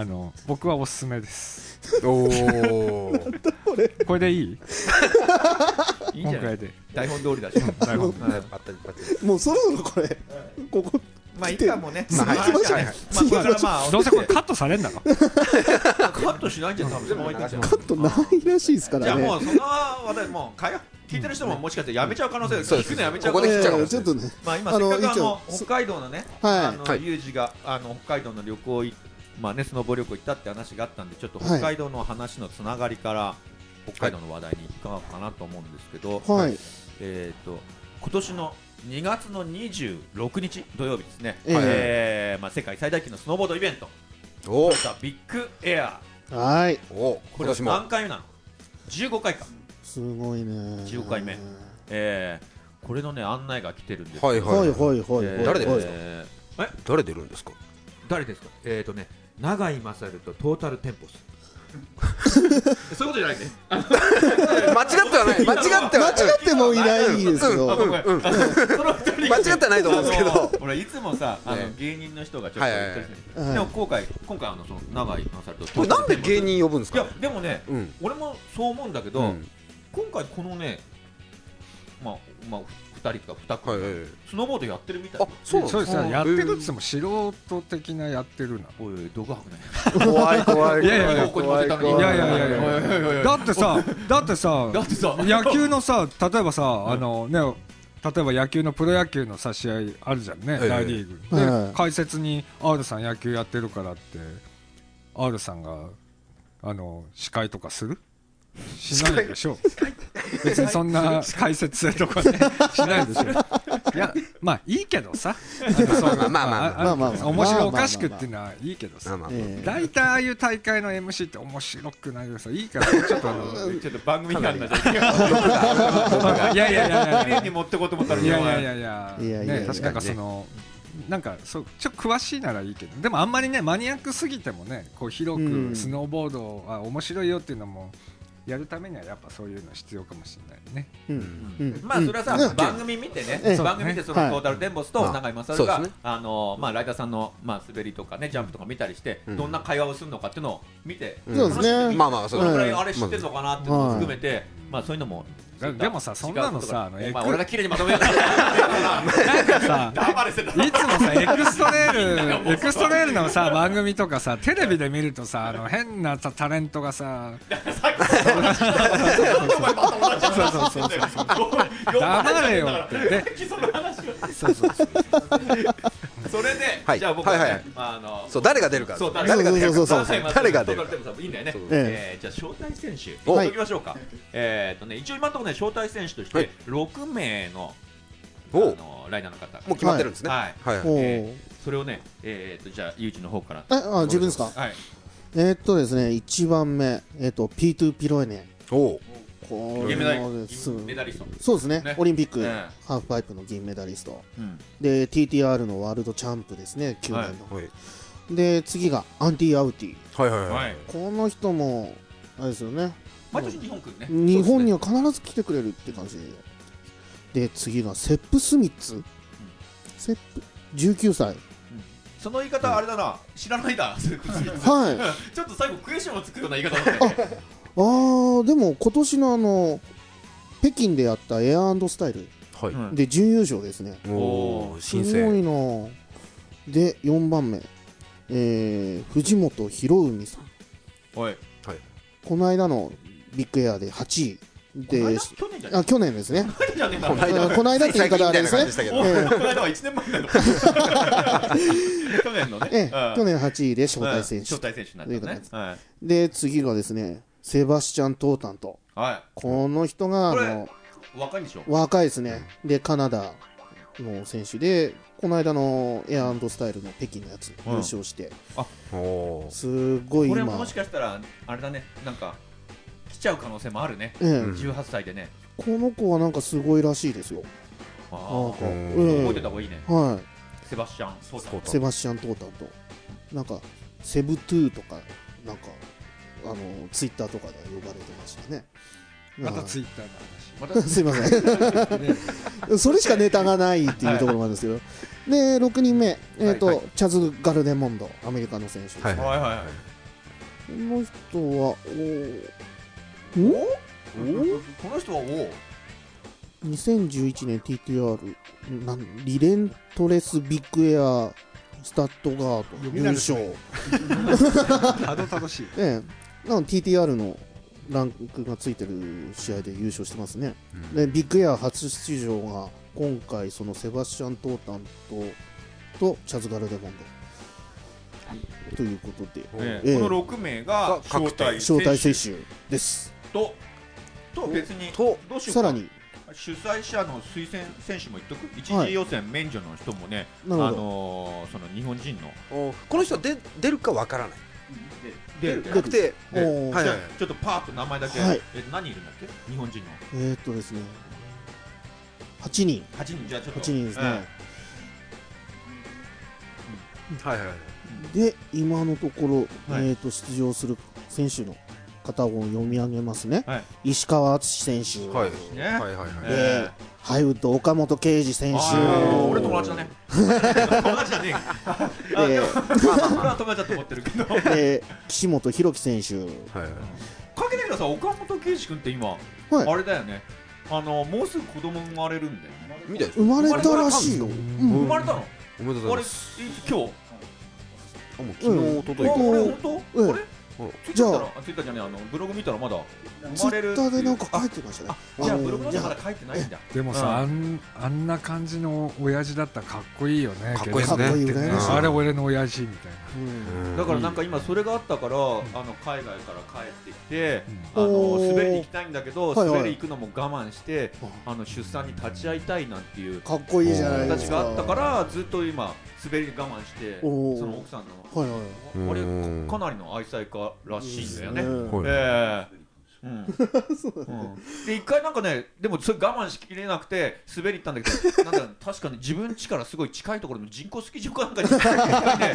C: あの僕はおすすめです
D: おー
C: これでいい
A: いいん
C: 今
A: じゃない
C: 回で
A: 台本通りだし。
C: 台本
A: はい
D: バッタリバッタリ
B: もうそろそろこれここ
A: まあ、いいかもね。
D: まあ
A: まあ
D: 行
B: きましょう
A: はいはいまあ、これからまあ、
C: どうせこれカットされんだろ
A: カットしないんじゃん、多分そのまま行くんじゃん
B: カットないらしいですか
A: じゃ
B: ら
A: あ
B: ね
A: もうその話題もう変えよう聞いてる人ももしかしてやめちゃう可能性が
D: そ
A: 聞
D: うです
A: くのやめちゃう
D: こ
A: 可
D: こ
A: 能
D: で切
A: 性
D: っちゃう
B: ええちょっとね
A: まあ今せっかくあの
B: あの一応
A: 北海道のねあ
B: は
A: の
D: はい
A: ユージがあの北海道の旅行いまあねスノボ旅行行ったって話があったんでちょっと北海道の話のつながりから北海道の話題に行こうかなと思うんですけど
B: いはい
A: えっと今年の2月の26日土曜日ですね
B: ええ
A: えーまあ世界最大級のスノーボードイベント
D: お
A: トヨタビッグエア
B: はい
D: お
A: こ
D: 今
A: れは
D: 年も
A: 何回目なの15回か
B: すごいね
A: 15回目えー、これのね案内が来てるんです
D: はい
B: は
D: はいい
B: はいはい
A: え
B: は
A: ー
B: い
D: 誰ですか
A: えーえ
D: 誰出るんですか
A: 誰ですかえっ、ー、とね永井勝とトータルテンポ
D: <laughs>
A: スそういうことじゃないね
D: 間違ってはない間違っては
B: 間違ってもいないですけ
A: あ
B: ど
A: ごめんその二人
D: 間違ってはないと思うんですけど
A: <laughs> あの俺いつもさあの、
D: ね
A: 芸人の人がちょっと言ってるじゃないですか
B: はいはいはい
A: でも今回今回あのその永井勝と
D: こ
A: ト
D: れ
A: ータル
D: なん
A: テ
D: で
A: ンポス
D: 芸人呼ぶんです
A: い
D: か
A: やでもね
D: うん
A: 俺もそう思うんだけど、
D: うん
A: 今回このねまあまあ二人か二組、
D: はいはいはい
A: スノーボードやってるみたい
D: あそうなん
C: そうです
D: で
C: す
D: か
C: ねやってるっつっても素人的なやってるな
A: おいおい毒吐くね
E: 怖い怖い怖い
C: いやいやいや
E: 怖怖怖
C: いやいやいやい
A: おいおい
C: や
A: おいおい
C: だってさだってさ
A: だってさ
C: <laughs> 野球のさ例えばさあのね例えば野球のプロ野球のさ試合あるじゃんね、
D: ええ
C: 大リーグ、
B: は
C: で
B: い
C: 解説に R さん野球やってるからって R さんがあの司会とかするしないでしょ別にそんな解説とかねしないでしょ
D: <laughs>
C: いやまあいいけどさあのそう
D: まあまあまあ
B: まあまあまあ
C: 面白おかしくっていうのはいいけど
D: まあ
C: さ
D: まあ
B: ええ
C: 大体ああいう大会の MC って面白くないからさいいからちょっとあの
A: ちょっと番組批判になっちゃう
C: <laughs> いやいやいやいや
A: 綺麗に持ってこうと思ったら
C: いやいやいやいや、
B: いやいやいや
C: ね、確かにその、なんかそうちょっと詳しいならいいけど、でもあんまりね、マニアックすぎてもね、こう広
B: うん
C: くスノーボードは面白いよっていうのも、やるためにはやっぱそういうの必要かもしれないね。
B: うんうん
A: まあそれはさ、
B: うん
A: 番組見てね、
B: ええ
A: 番組見てそのト
B: はい
A: ータルテンボスと
D: まあ
A: 永井勝が、
D: そうですね
A: あのまあライダーさんのまあ滑りとかねジャンプとか見たりして、
D: うん
A: どんな会話をするのかっていうのを見て、
D: うん
B: そうですね
D: まあまあそう
A: どの
D: だ
A: く
D: ね
A: らいあれ知ってるのかなっていうのも含めて、まあそういうのも
C: だでもさそんなのさあの
A: 違うとかお
C: エク
A: 前俺が綺麗にまとめようとしてる
C: <laughs> なんかさ
A: 黙れせた
C: <laughs> いつもさエクストレー <laughs> ルエクストレールのさ番組とかさテレビで見るとさあの変なさタレントがさ
A: そうそうそうそう
C: 黙れよってで
A: その話を
C: そうそうそう
A: それで、
D: はい
A: じゃあ僕はね、
D: はいはい
A: あの
D: そう誰が出るか
A: そう
D: 誰が出る
B: そう
D: か
B: そうそう
D: 誰が出るか
A: かいいんだよね
D: そう、
A: えー、じゃあ招待選手
D: お
A: 言っときましょうか、えーっとね一応今のところね招待選手とし
D: は
A: て
D: い
A: 六名の,、
D: お
A: あ
D: う
A: のライダーの方が
D: もう決まってるんですね
A: はい
D: はいはい
B: お
A: え
B: ー
A: ーそれをねえーっとじゃあゆうちの方から
B: えあ自分ですか
A: はい
B: えーっとですね1番目えーっと P2 ピロエネ
D: おう
B: こ
A: 銀
B: れ
A: メダリ
B: まで
A: 銀メダリスト。
B: そうですね
A: ね
B: オリンピック、
A: ええ
B: ハーフパイプの銀メダリスト
A: うん。
B: で TTR のワールドチャンプですね9年の、
D: はい
B: で次がアンティ・アウティ
D: はいはい
A: は
D: はいい。
B: この人もあれですよね
A: 毎年日本来るね。
B: 日本には必ず来てくれるって感じで次がセップ・スミッツ、セップ19歳
A: その言い方あれだな。知らない
B: <laughs>
A: だ。セップスミス
B: はい <laughs>
A: ちょっと最後クエスチョンをつくような言い方だったね。
B: あーでも今年のあの北京でやったエアスタイル
D: はい。
A: うん
B: で準優勝ですね
D: おお、
B: す
D: 新
B: ご
D: 鮮。
B: いなあで4番目、えー藤本博文さん
A: おい。
B: この間のビッグエアで8位
A: この間
B: で
A: 去年じゃね
B: あ去年ですね
A: え。じゃねえんだ。
B: えーこの間って言い方あれですね
D: つい最近みたいな感じでし
A: お
D: たけど
A: い
B: ええ
A: この間は1年前なの。去年のね。
B: ええ
A: うん
B: 去年8位で招待選
A: うん招
B: 手
A: 待選手になったね。はい。
B: で次がですねセバスチャン・トータンと
A: は
B: この人があ
A: これ
B: の
A: い。若いんでしょ。
B: 若いですねでカナダの選手でこの間のエアスタイルの北京のやつ
A: うん
B: 優勝して
D: おー
B: すごい
A: これ
B: 今
A: ももしかしたらあれだね。なんか来ちゃう可能性もあるね。
B: ええ
D: うん
A: 18歳でね。
B: この子はなんかすごいらしいですよ
A: あ
B: なん
A: あ
B: か、
D: う
B: え
D: ん
B: え
A: 覚えてた方がいいね。
B: は
A: セバスチャン、そうだ。
B: い、セバスチャン・トータンと、なんか、セブトゥーとか、なんか、あのツイッターとかで呼ばれてましたね。
C: また
B: はい
C: ツイッターの
A: また
B: すい <laughs> ませ
C: 話、ね、
B: ん、それしかネタがないっていうところなんですけど、で6人目、えーと
A: はいは
B: チャズ・ガルデモンド、アメリカの選手です、
D: はい
B: こ
A: はいはいはい
B: の人は、おお
A: この人はお
B: 2011年 TTR なんリレントレスビッグエアスタッドガート
C: 読み
B: 優
C: 慣れて
B: 勝
C: ない、たどたどしい
B: ええ、なんか TTR のランクがついてる試合で優勝してますね、
D: うん
B: でビッグエア初出場が今回そのセバスチャン・トータンととチャズ・ガルデモンドということで
A: お。
B: ええ
A: この六名が招
D: 確定
A: 待
B: 招待選
A: 選手
B: 手です
A: とと別に
D: と、
A: どうしようか
B: さらに
A: 主催者の推薦選手も言っとく。一
B: は
A: 次
B: い
A: 予選免除の人もね、
B: なる
A: あ
B: ほど
A: のーその日本人の
D: おーこの人は出出るかわからない。
A: 出る
D: 確定。
A: で
B: おー
D: はい
A: じゃあちょっとパーッと名前だけ
B: はい
A: え何いるんだっけ？日本人の
B: えー、っとですね8人
A: 八人じゃあちょっと
B: 8人です
A: うん
B: ね、
D: はいはいはい。
B: で今のところ、
A: はい
B: えー、と出場する選手の方を読み上げますね、
A: はい
B: 石川敦選手、
D: はい。
A: ね
D: はいはいはい。
A: え
B: ハイウッド岡本圭司選手
A: あー俺友達だね友達じ
B: <laughs>
A: ゃねえあでも俺は友達だと思ってるけど関
B: で岸本宏樹選手
D: はいはい
A: 係ないけどさ岡本圭司君って今
B: はい
A: あれだよねあのもうすぐ子供生まれるんだよね
D: みたいです。
B: 生まれたらしいよ、う
C: 生
A: 生
B: ん
A: まれたの
D: おめでとうご
A: あれ
D: ざ
A: い
D: います。
A: つ今日
D: あもう昨
B: う
D: 日
B: ん
D: おと
A: あ
D: と
A: こ
D: い。
A: れ本
B: うん
A: 当あれ
B: じゃあ
A: ツイッターじゃねえあのブログ見たらまだ
B: ツ
A: 生
B: イ
A: まれる
B: ッ
A: っ
B: タ
A: ていう
B: ーでなんか書いてましたね
A: あじゃあ
B: の
A: ブログの人まだ書いてないんだ
C: でもさ、あんあんな感じの親父だったらかっこいいよね
D: かっこいいで
B: ね
D: す
C: ゲ
B: かっこ
C: レンデ
B: いい
C: っ
B: よ
C: て
B: ね
C: あれ俺の親父みたいな
B: うん
A: だからなんか今それがあったから、あの海外から帰ってきて、あ
B: お
A: の
B: ー
A: 滑りに行きたいんだけど、
B: はいはい
A: 滑り行くのも我慢してあの出産に立ち会いたいなんていう
B: かっこいいじゃないで
A: 形
B: す
A: が
B: か
A: あったからずっと今滑りに我慢してそ
B: おー
A: の奥さん
B: はいはい
A: のあれ
D: うん
A: かなりの愛妻家らしいんだよね。
B: うん
D: はい
A: ええうん、 <laughs> うんで一回なんかねでもそれ我慢しきれなくて滑り行ったんだけどなんか確かに自分家からすごい近いところの人工スキー場かなんかに行ったね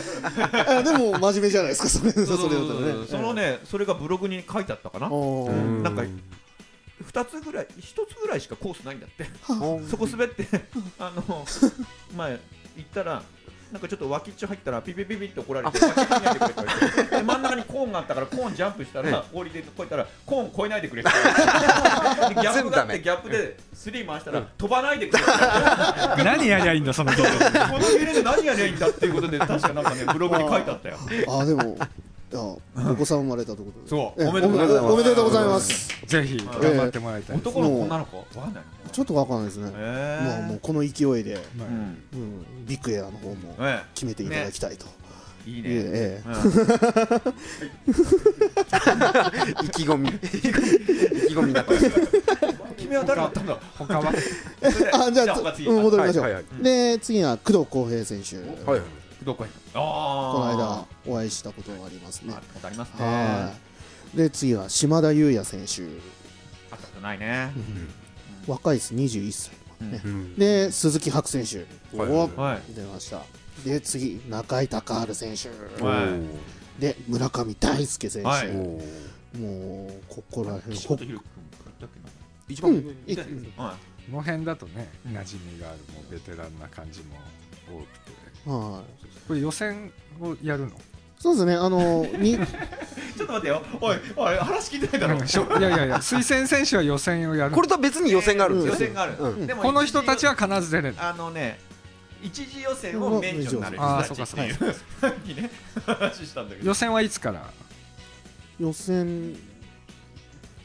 B: あでも真面目じゃないですかそれ
A: <laughs> そうそ
B: そうれ
A: そう
B: だとね
A: そのね、それがブログに書いてあったかな。
B: おー
A: うん
D: う
A: なんか二つぐらい、一つぐらいしかコースないんだって。そこ滑って、あの、前行ったら。なんかちょっと脇っちょ入ったらピピピピって怒られて脇っちょに入ってくれって言われてで真ん中にコーンがあったからコーンジャンプしたら氷で越えたらコーン越えないでくれって言われてでギャップがあってギャップでスリー回したら飛ばないでくれって言われて
C: 何やりゃいいんだその時
A: この揺れで何やりゃいいんだっていうことで確かなんかねブログに書いてあったよ
B: あでもいやお子さん生まれたということで
A: そう
B: ええ
A: おめでとうございます
B: おめでとうございます
C: ぜひ頑張ってもらいたい、
A: 男の子女の子わかんない
B: ちょっとわかんないですね、
A: え
B: まあもうこの勢いで、
C: まあ
A: うん
B: うん、ビッグエアの方も
A: え
B: 決めていただきたいと、
A: えいい
B: え
A: ね。
B: ええ
A: うん
D: 意気込み。 <laughs> 意気込みになってます。
A: 君は誰だったんだ。
C: 他は
A: それで
B: あじゃあ
A: 他次。
B: うん、戻りましょう、
D: はいはい
A: い
B: で次は工藤浩平選手、
D: <laughs> はい。
A: どこへ。
B: この
A: あ
B: 間お会いしたことがあります
A: ー
B: ね
A: あ。ことありますね。
B: はいで次は島田優也選手
A: あったないね
B: う。ん若いです21歳、ね
D: うん
B: で鈴木博選手、
D: はい
B: お
A: はい
B: 出ましたで次中井孝治選手
D: おー
B: で村上大輔選手、
A: はい
D: おー
B: もうここら辺
A: 岸
B: こ
A: 本裕君だっけな一
B: う
A: 番
B: ん
A: 上にいたよね
B: うん
A: は
C: この辺だとね馴染みがあるもうベテランな感じも多くて
B: は
C: これ予選をやるの
B: い、そうですねあの <laughs> に
A: いちょっと待ってよ。おい、おい、話聞いてないだ
C: なん
A: ろ
C: か。しょいやいやいや推薦選手は予選をやる
D: これとは別に予選があるん
A: 予
D: ですよ
A: 選
D: ね
A: がある。
D: うん
A: でも
C: この人たちは必ず出れる
A: あのね、一次予選を免除になる
C: あー
A: 人たちっていうさ
C: そ
A: っきね、話したんだけど
C: 予。選はいつから
B: 予選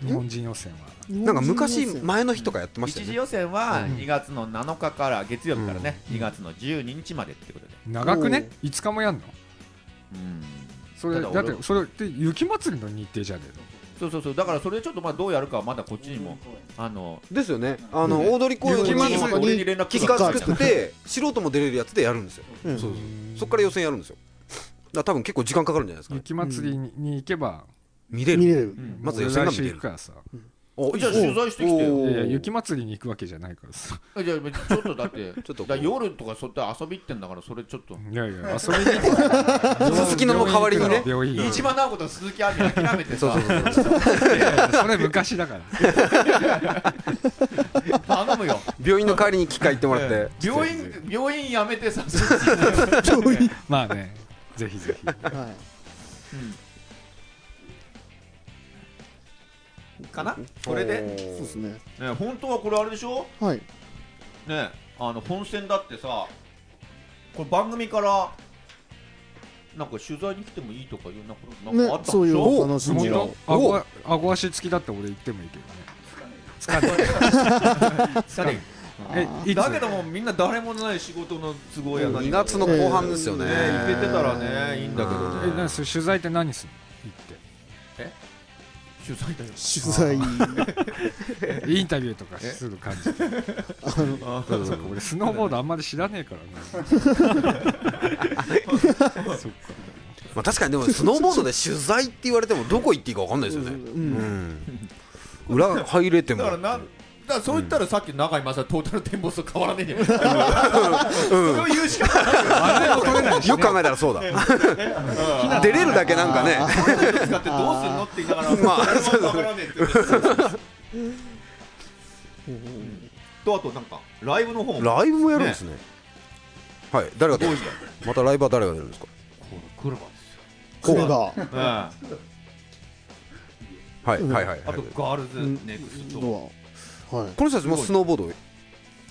C: 日本人予選は
D: なんか
B: 日本
D: 昔
B: 人予選
D: 前の日とかやってました
A: 一
D: よ
A: 次
D: ね
A: 予選は
C: うん
A: 2月の7日から月曜日からね、
C: うん
A: 2月の12日までってことで、
C: 長くね5日もやんの
A: うん、
C: それ
A: ただ
C: だ
A: 俺
C: ってそれって雪祭りの日程じゃね
A: そうそうそうだからそれちょっとまあどうやるかはまだこっちにもあの
D: ですよねあ
A: う
D: の
A: ん
D: 大通公園
B: 雪
D: に
B: 祭り
A: まあ俺に連絡
D: キ
A: 来
D: ッ
A: る
D: カ
A: から
D: ー作って素人も出れるやつでやるんですよ
B: うん
D: そう
C: えの
D: そっから予選やるんですよだから多分結構時間かかるんじゃないですかね
C: 雪祭りにに行けば
D: 見れ
B: 見れ
D: る
B: る
A: うん
D: まず予
C: 俺
D: 選が
C: 来週
D: 見れ
C: 行
D: る
C: くからさ
D: お
A: じゃあ取材してきてよ
C: い
D: おー
C: やいや雪祭りに行くわけじゃないからさ
A: あじゃあ <laughs> ちょっとだって
D: ちょっとこ
A: だ
D: う
A: から夜とかそうやって遊び行ってんだからそれちょっと、
C: いやいや <laughs> 遊びに行くから
D: 鈴木の代わりにね
C: 病院行
A: 一
C: く
A: 番直子と鈴木亜美諦めて
D: <laughs> そう
A: さ
D: そうそうそう
C: からそれ昔だから
A: 頼むよ
D: 病院の代わりに機械行ってもらって
A: 病院病院やめてさ
C: まあねぜひぜひ
B: は
A: かなこれで、ね、
B: いそうですね
A: 本当はこれあれでしょ
B: はい
A: ねあの本戦だってさこれ番組からなんか取材に来てもいいとかいうなんかなんかあ
B: ね
A: った
B: そ
A: ん
B: う
A: で
B: い
A: し
B: う
A: ょ、
B: お楽しみが
C: 本当あごあご足つきだって俺行ってもいいけどね疲れ
D: <laughs>
A: さて
B: あ
C: えいつ
A: だけどもみんな誰もない仕事の都合や
D: 2月の
A: ね
D: 後半ですよね
A: ね行けてたらねいいんだけど
C: え
A: ね
C: なそれ取材って何するの行っ
A: 取材だよ
B: 取材
D: <laughs>
C: てインタビューとかする感じで
B: あの
A: あ
D: うん
C: そっか俺スノーボードあんまり知らねえからなそっか
D: まあ確かにでもスノーボードで取材って言われてもどこ行っていいか分かんないです
B: う
D: よね
B: ん
D: うん裏入れても
A: だからなんだからそう言ったらさっきの中井正トータルテンボスと変わらねえねそれを言うしかない
C: あれは取れないし
D: よ
C: ね
D: く考えたらそうだ出れるだけなんかね
A: 使ってどうすんのって言いながら
D: まあ
A: それも分からねえって言って
B: うん
A: とあとなんかライブの方も
D: ライブもやるんですねはい誰が出るんですかまたライブは誰が出るんですか
A: 来る
B: 来れば
A: わ
D: はい
B: うん
D: はいはいは
A: あ
D: い
A: とガールズネクスト
B: のははい
D: この人たちもスノーボード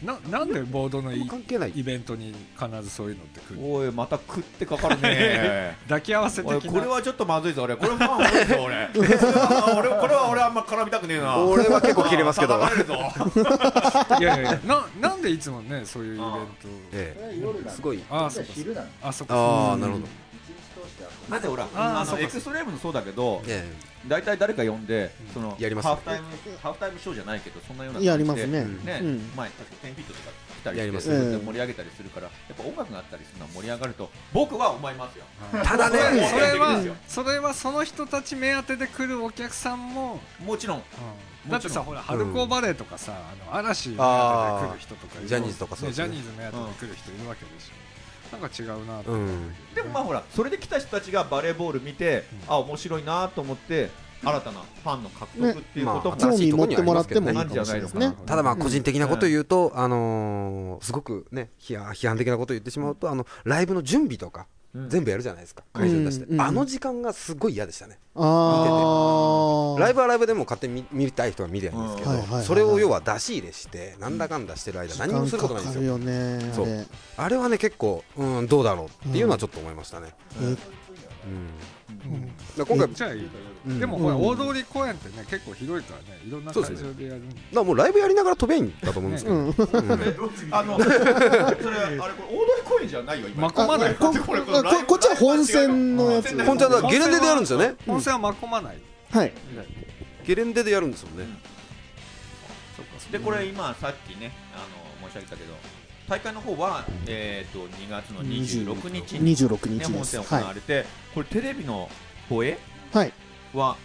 C: ななんでボードのい
D: 関係ない
C: イベントに必ずそういうのってくる
A: おいまた食ってかかる
D: <laughs>
A: ね
C: 抱き合わせ
A: おい
C: 的な
A: これはちょっとまずいぞ俺これファン多いぞ俺これは俺これは俺あんま絡みたくねえな
D: 俺は結構切れますけど
A: <laughs> 叩かれるぞ
C: いやいやいやななんでいつもねそういうイベント
D: ええすごい
C: ああそっかあそっか
D: ああなるほど
A: だってほら
C: あー
A: あ
C: そう
A: の
C: か
A: エクストレームのそうだけど
D: ええ
A: 大体誰か呼んでその
D: やります
A: ハーフタイムハーフタイムショーじゃないけどそんなような感じで
B: やりますね
D: うん
A: ね
B: うん
A: 前確か10フィートとか来たり
D: やり
A: し
D: ま
A: て
D: す
A: そ
B: ね
A: れで盛り上げたりするからやっぱ音楽があったりするのは盛り上がると僕は思いますよ
D: ただ
A: これ
D: ね
A: も
C: それ
A: うん
C: はそれはその人たち目当てで来るお客さんも、
A: もちろん
C: だってさ
A: もちろん
C: ほら春高バレーとかさ、あの嵐目当てで来る人とかいる
D: あージャニーズとかそう
C: ね
D: です
C: ジ
D: ね
C: ャニーズ目当てで来る人いるわけでしょ、なんか違うなと、
D: うん
A: でもまあほらそれで来た人たちがバレーボール見て、
C: うん
A: あ面白いなと思って新たなファンの獲得っていうことも、
D: ねまあ
B: 興味持ってもらってもいいかもしれないですね
D: ただまあ個人的なことを言うと、あのーすごくね批判批判的なことを言ってしまうとあのライブの準備とか、
A: うん
D: 全部やるじゃないですか会場に出して、
B: うんうん
D: あの時間がすごい嫌でしたね、
B: ああ
D: ライブはライブでも勝手に見見たい人は見りゃいいんですけど、
B: うんはいはいはいはい
D: それを要は出し入れしてなんだかんだしてる間何にもすることないんですよ
B: よねあ
D: そう
B: れ
D: あれはね結構、うん、どうだろうっていうのはちょっと思いましたね、
B: え
D: うん
C: うん、
D: だから今回
C: じゃあいいよ
B: うん
C: でもほら
B: うん
C: 大通公園ってね結構広いからねいろんな
D: そ
C: 会
D: うですね
C: 場でやるんで
D: だからもうライブやりながら飛べんだと思うんですけど、
B: うん
D: うん
A: あのそれあれこれ大通公園じゃないよ今、
C: まこまない
B: あこ
A: だってこれこれ
B: あここっちは本線のやつ
A: うん
D: 本当はだからゲレンデでやるんですよね
C: 温泉はまこまない、
B: はい
D: ゲレンデでやるんですもんね、
C: そっかそっか
A: でこれ今さっきねあの申し上げたけど大会の方は、えー、と2月の26日に、
B: 26
A: ね、
B: 日
A: 本
B: です
A: 戦
B: は
A: 行わ
B: い
A: れて、これテレビの放映
B: はい
A: は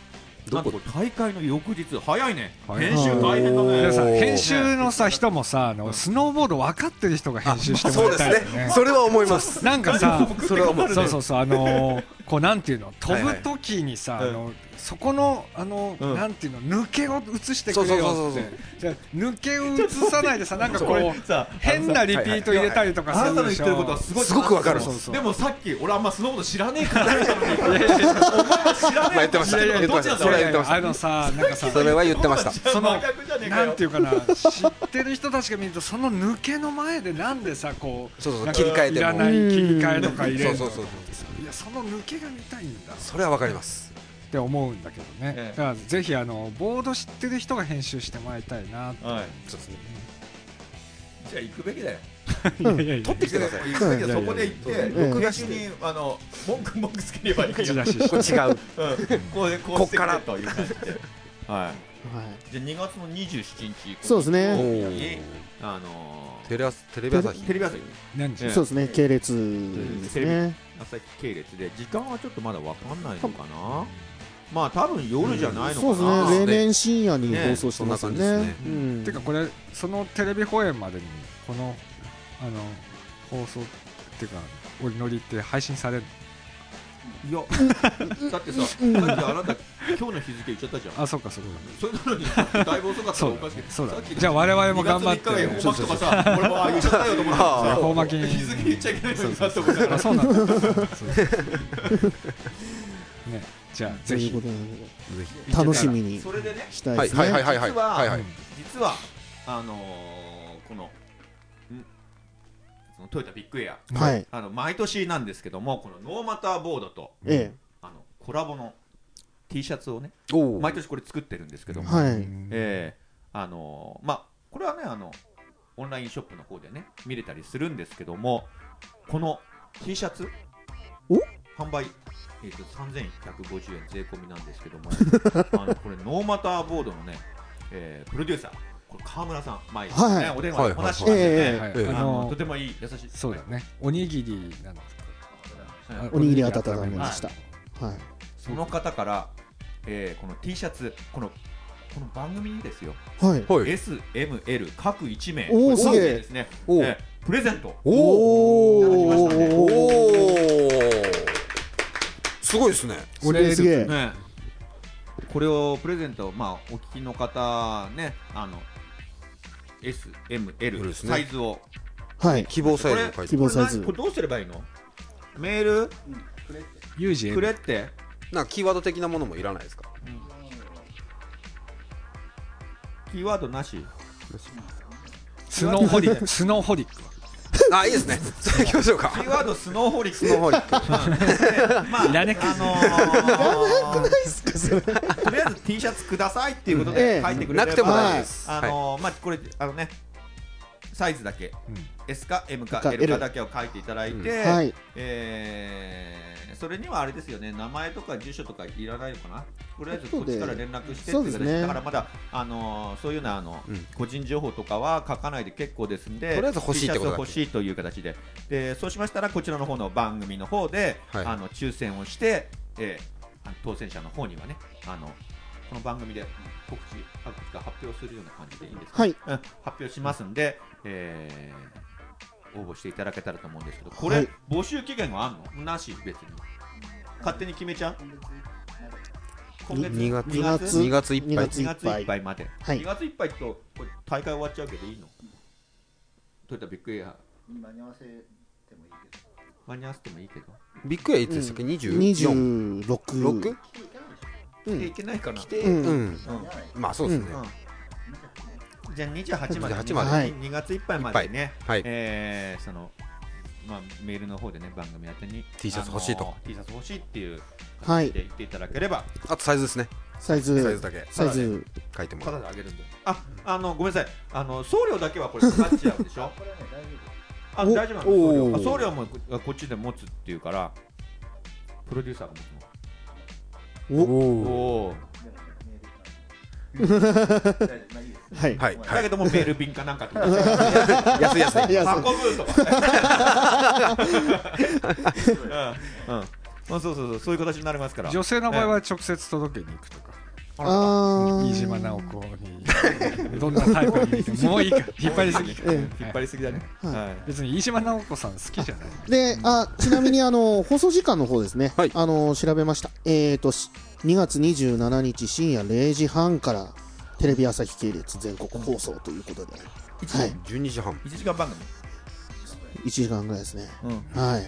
A: なんと大会の翌日早いね
C: 早い
A: 編集大変だね
C: でもさ
D: おー
C: 編集のさ人もさあのスノーボード分かってる人が編集しても
D: そう
C: ら
D: で
C: いたいよ
D: すね。それは思います。
C: なんかさ
D: <laughs> それは思う。
C: そうそうそうあのーこうなんていうの飛ぶ時にさ、
A: はいはい
C: あのそこのあの、
A: うん
C: なんていうの抜けを映してく
D: そ
C: れ
D: うそ
C: よ
D: う
C: っ
D: そ
C: て
D: うそう
C: じゃあ抜けを映さないで
D: <laughs>
C: さなんかこう
A: さ
C: 変なリピート入れたりとか
A: あ
C: す
A: な
C: る
A: たの言っ
C: でして
A: ること
C: ょ
A: はすごい
D: すごくわかる
A: そうそうそう
C: で
A: でもさっき俺あんまスノーボード知らねえからお前は知らねえ
D: まあ言ってました
A: いやいや
D: 言って
A: どっ
D: ま
A: ち
D: し
A: なん
D: た
A: だ
D: それは
A: 俺
D: 言ってました
C: あのさなんかさ
D: <laughs> それは言ってました。
A: そ
C: そ
A: の
C: の
A: なん
C: なんていうかな知ってる人たちが見るとその抜けの前でなんでさこう
D: そうそうそう
C: なんか
D: 切り替えても
C: いらない切り替えとか入れるの
D: そうそうそう
C: いやその抜けが見たいんだっ
D: それはわかります。
C: て思うんだけどね、
A: ええ
C: だからぜひあのボード知ってる人が編集してもらいたいなって
A: はい
D: そうですね。
A: じゃあ行くべきだよ
C: いやいやい
A: 取ってきてください行くべきだよそこで行って
B: うん
A: 録画してにあの文句文句つければいいよ
C: 口出しして
D: これ違う。
A: うんこうでこう
D: こ
A: し
D: ってから
A: という感じではい
B: はい
A: じゃあ2月の27日
B: そうですね
A: にあのー
D: テレ朝テレビ朝日。
A: テレビ朝日
C: 何時
A: ええ
B: そうですね、系列ですね。
A: 朝日系列で時間はちょっとまだわかんないのかなまあ多分夜じゃないのか
B: そう
A: な
B: です
D: そ
B: ね、例
D: うですね
B: 年深夜に放送してますよ
D: ねそん
B: ね
D: な感。
B: う
A: じですね
B: ん
C: てかこれそのテレビ放映までにこのあの放送っていうかお祈りって配信される
A: いやだってささっきあなた今日の日付言っちゃったじゃん
C: あそうかそうか
A: それなのにだいぶ遅かったら
C: そ
A: お
C: うだ
A: かし
C: ね
A: く
C: そうだね
A: さっき
C: じゃあ我々も頑張って
A: 2月3日がよおまけとかさ俺もああ言っちゃったよと思ってさ
D: あ
C: 恵方巻きに
A: 日付言っちゃいけないのになって思ったか
C: あ
A: ら
C: そ
A: <laughs>
C: うなんだそうねじゃあ
B: と
C: ぜ
B: いう
C: ひ
B: ことで
D: ぜひ。
B: 楽しみに
A: それでね
B: したい
D: は
B: で
D: い
B: すね。
D: はいはいはい
A: 実は
D: はいは
C: う
D: い
C: ん。
A: 実はあのーこのんそのトヨタビッグエア
B: はい
A: あの毎年なんですけどもこのノーマターボードと
B: え
A: あのコラボの T シャツをね
D: おお。
A: 毎年これ作ってるんですけども、
B: はい
A: えーあのーまあこれはねあのオンラインショップの方でね見れたりするんですけどもこの T シャツ
B: お
A: 販売、えー、と3150円税込みなんですけど
B: <laughs>
A: もあのこれノーマターボードのね、えープロデューサーこれ川村さん前、ね
B: はい
A: お電話でお話しし
B: は
A: て
B: い
A: ね、
B: はいはい
C: はい
D: ええ
A: あ
C: あ
A: の
C: の
A: とてもいい優しい
C: そうだねおにぎりなんですか
A: はい
B: えおにぎり温めました。はい。
A: その方から、えーこの T シャツこのこの番組にですよ
B: はい。
D: はい。
A: SML 各1名
B: おーすげ
A: こ
B: え
A: れですね
D: おー
A: えープレゼントい
B: お
D: お
A: ただきましたね
D: お
B: おー。
D: すごいですね。
B: すげえすげえ。
A: ねこれをプレゼントまあお聞きの方ねあの SML、
D: そうですね
A: サイズを
B: はい。
D: 希望サイズも書いて
B: 希望サイズ
A: これ何これどうすればいいのメー
C: ユージ
A: ル
C: エ
A: く
C: ル
A: れって
D: なんかキーワード的なものもいらない <laughs> ですか。
A: キーワードなし
C: スノーホリックスノーホリックは
D: あいいですね。それ行きましょうか
A: キ。
D: <laughs>
A: ーワードスノーホリック
D: スノーホリック。
A: うんでまあ
C: いらねえ
A: あのー
B: いっすかそれ
A: とりあえず T シャツくださいっていうことで
B: ええ
A: 書いてくれれば
D: なくても大丈夫です。
A: あ
D: はい。
A: のーまあこれあのねサイズだけ
C: うん
A: S か M か
B: L
A: L かだけを書いていただいて、
B: はい。
A: えーそれにはあれですよね名前とか住所とかいらないのかなとりあえずこ
B: そ
A: っ
B: うで
A: ちから連絡してってい
B: そう
A: う
B: で
A: 形
B: す
A: で
B: ね
A: だからまだあのーそういうのはあの、
D: うん
A: 個人情報とかは書かないで結構ですんで
D: とりあえず欲しいってこと
A: T シャツ
D: だ
A: を欲しいという形ででそうしましたらこちらの方の番組の方で、
D: はい
A: あの抽選をして、えーあの当選者の方にはねあのこの番組で告知あ告知か発表するような感じでいいんですか
B: はい。
A: うん発表しますんで、えー応募していただけたらと思うんですけど、これ、
B: はい
A: 募集期限があんのなし、別に。勝手に決めちゃう今月
D: 二月
A: 2
B: 2
A: 月
B: 月
D: 2月いっ
B: 2
D: ぱい。
B: 月
A: 2月いっぱいまで。
B: はい
A: 2月いっぱいと、これ大会終わっちゃうけどいいのトヨタビッグエア、
E: 間に合わせてもいいけど
A: 間に合わせてもいいけど。
D: ビッグエアいつでしたっけ？二十四。
B: 26。
D: 六？
B: う
A: 来てい
B: ん。
A: けないかな。
D: で、
B: うん
D: うん。
A: うん
D: まあそうですね。
A: うんじゃあ28まで
D: 28ま
B: ではい
A: 2月いっぱいまでね、
D: ぱいはい
A: えーそのまあ、メールの方でね番組宛てに
D: T シャツ欲しいと
A: あの T シャツ欲しいっていう
B: は
A: 形
B: い
A: で言っていただければ、
D: あとサイズですね。
B: サイ
D: サイズ
B: ズ。
D: だけ
B: サイズ。
D: 書いても
A: た
D: らう。
A: だであげるんでああのごめんなさいあの送料だけはこれかかっちゃうで
B: <laughs>
A: しょ
E: これはね大丈夫
A: あ大丈夫
D: お
A: なの送料
D: お
A: あ
D: ー
A: 送料もここっちで持つっていうからプロデューサーが持つ
B: お
A: の
D: おお。
A: おお
E: 大丈夫まあいいです
B: はい。
D: はい
A: だ
D: は
A: け
D: い。
A: どもメール便かなんかと
B: <laughs>
A: か
D: 安い <laughs> 安い。
B: 安
A: 運ぶ
B: い
A: とか <laughs>
B: <laughs>
A: うんうんまあそうそうそうそういう形になりますから
C: 女性の場合は直接届けに行くとか
B: あー
C: 飯島直子にどんなタイプに見てももういいから引っ張りすぎ
B: ええ
A: 引っ張りすぎだね。
B: はい
A: はい。
C: 別に飯島直子さん好きじゃない
B: で、あ、ちなみにあの、 <laughs> 放送時間の方ですね。
D: はい
B: あの、調べました。えっ、と、し2月27日深夜0時半から、テレビ朝日系列全国放送ということで、はい。
D: 12時半
A: 1時間番組。
B: 1時間ぐらいですね。
A: うん。
B: はい。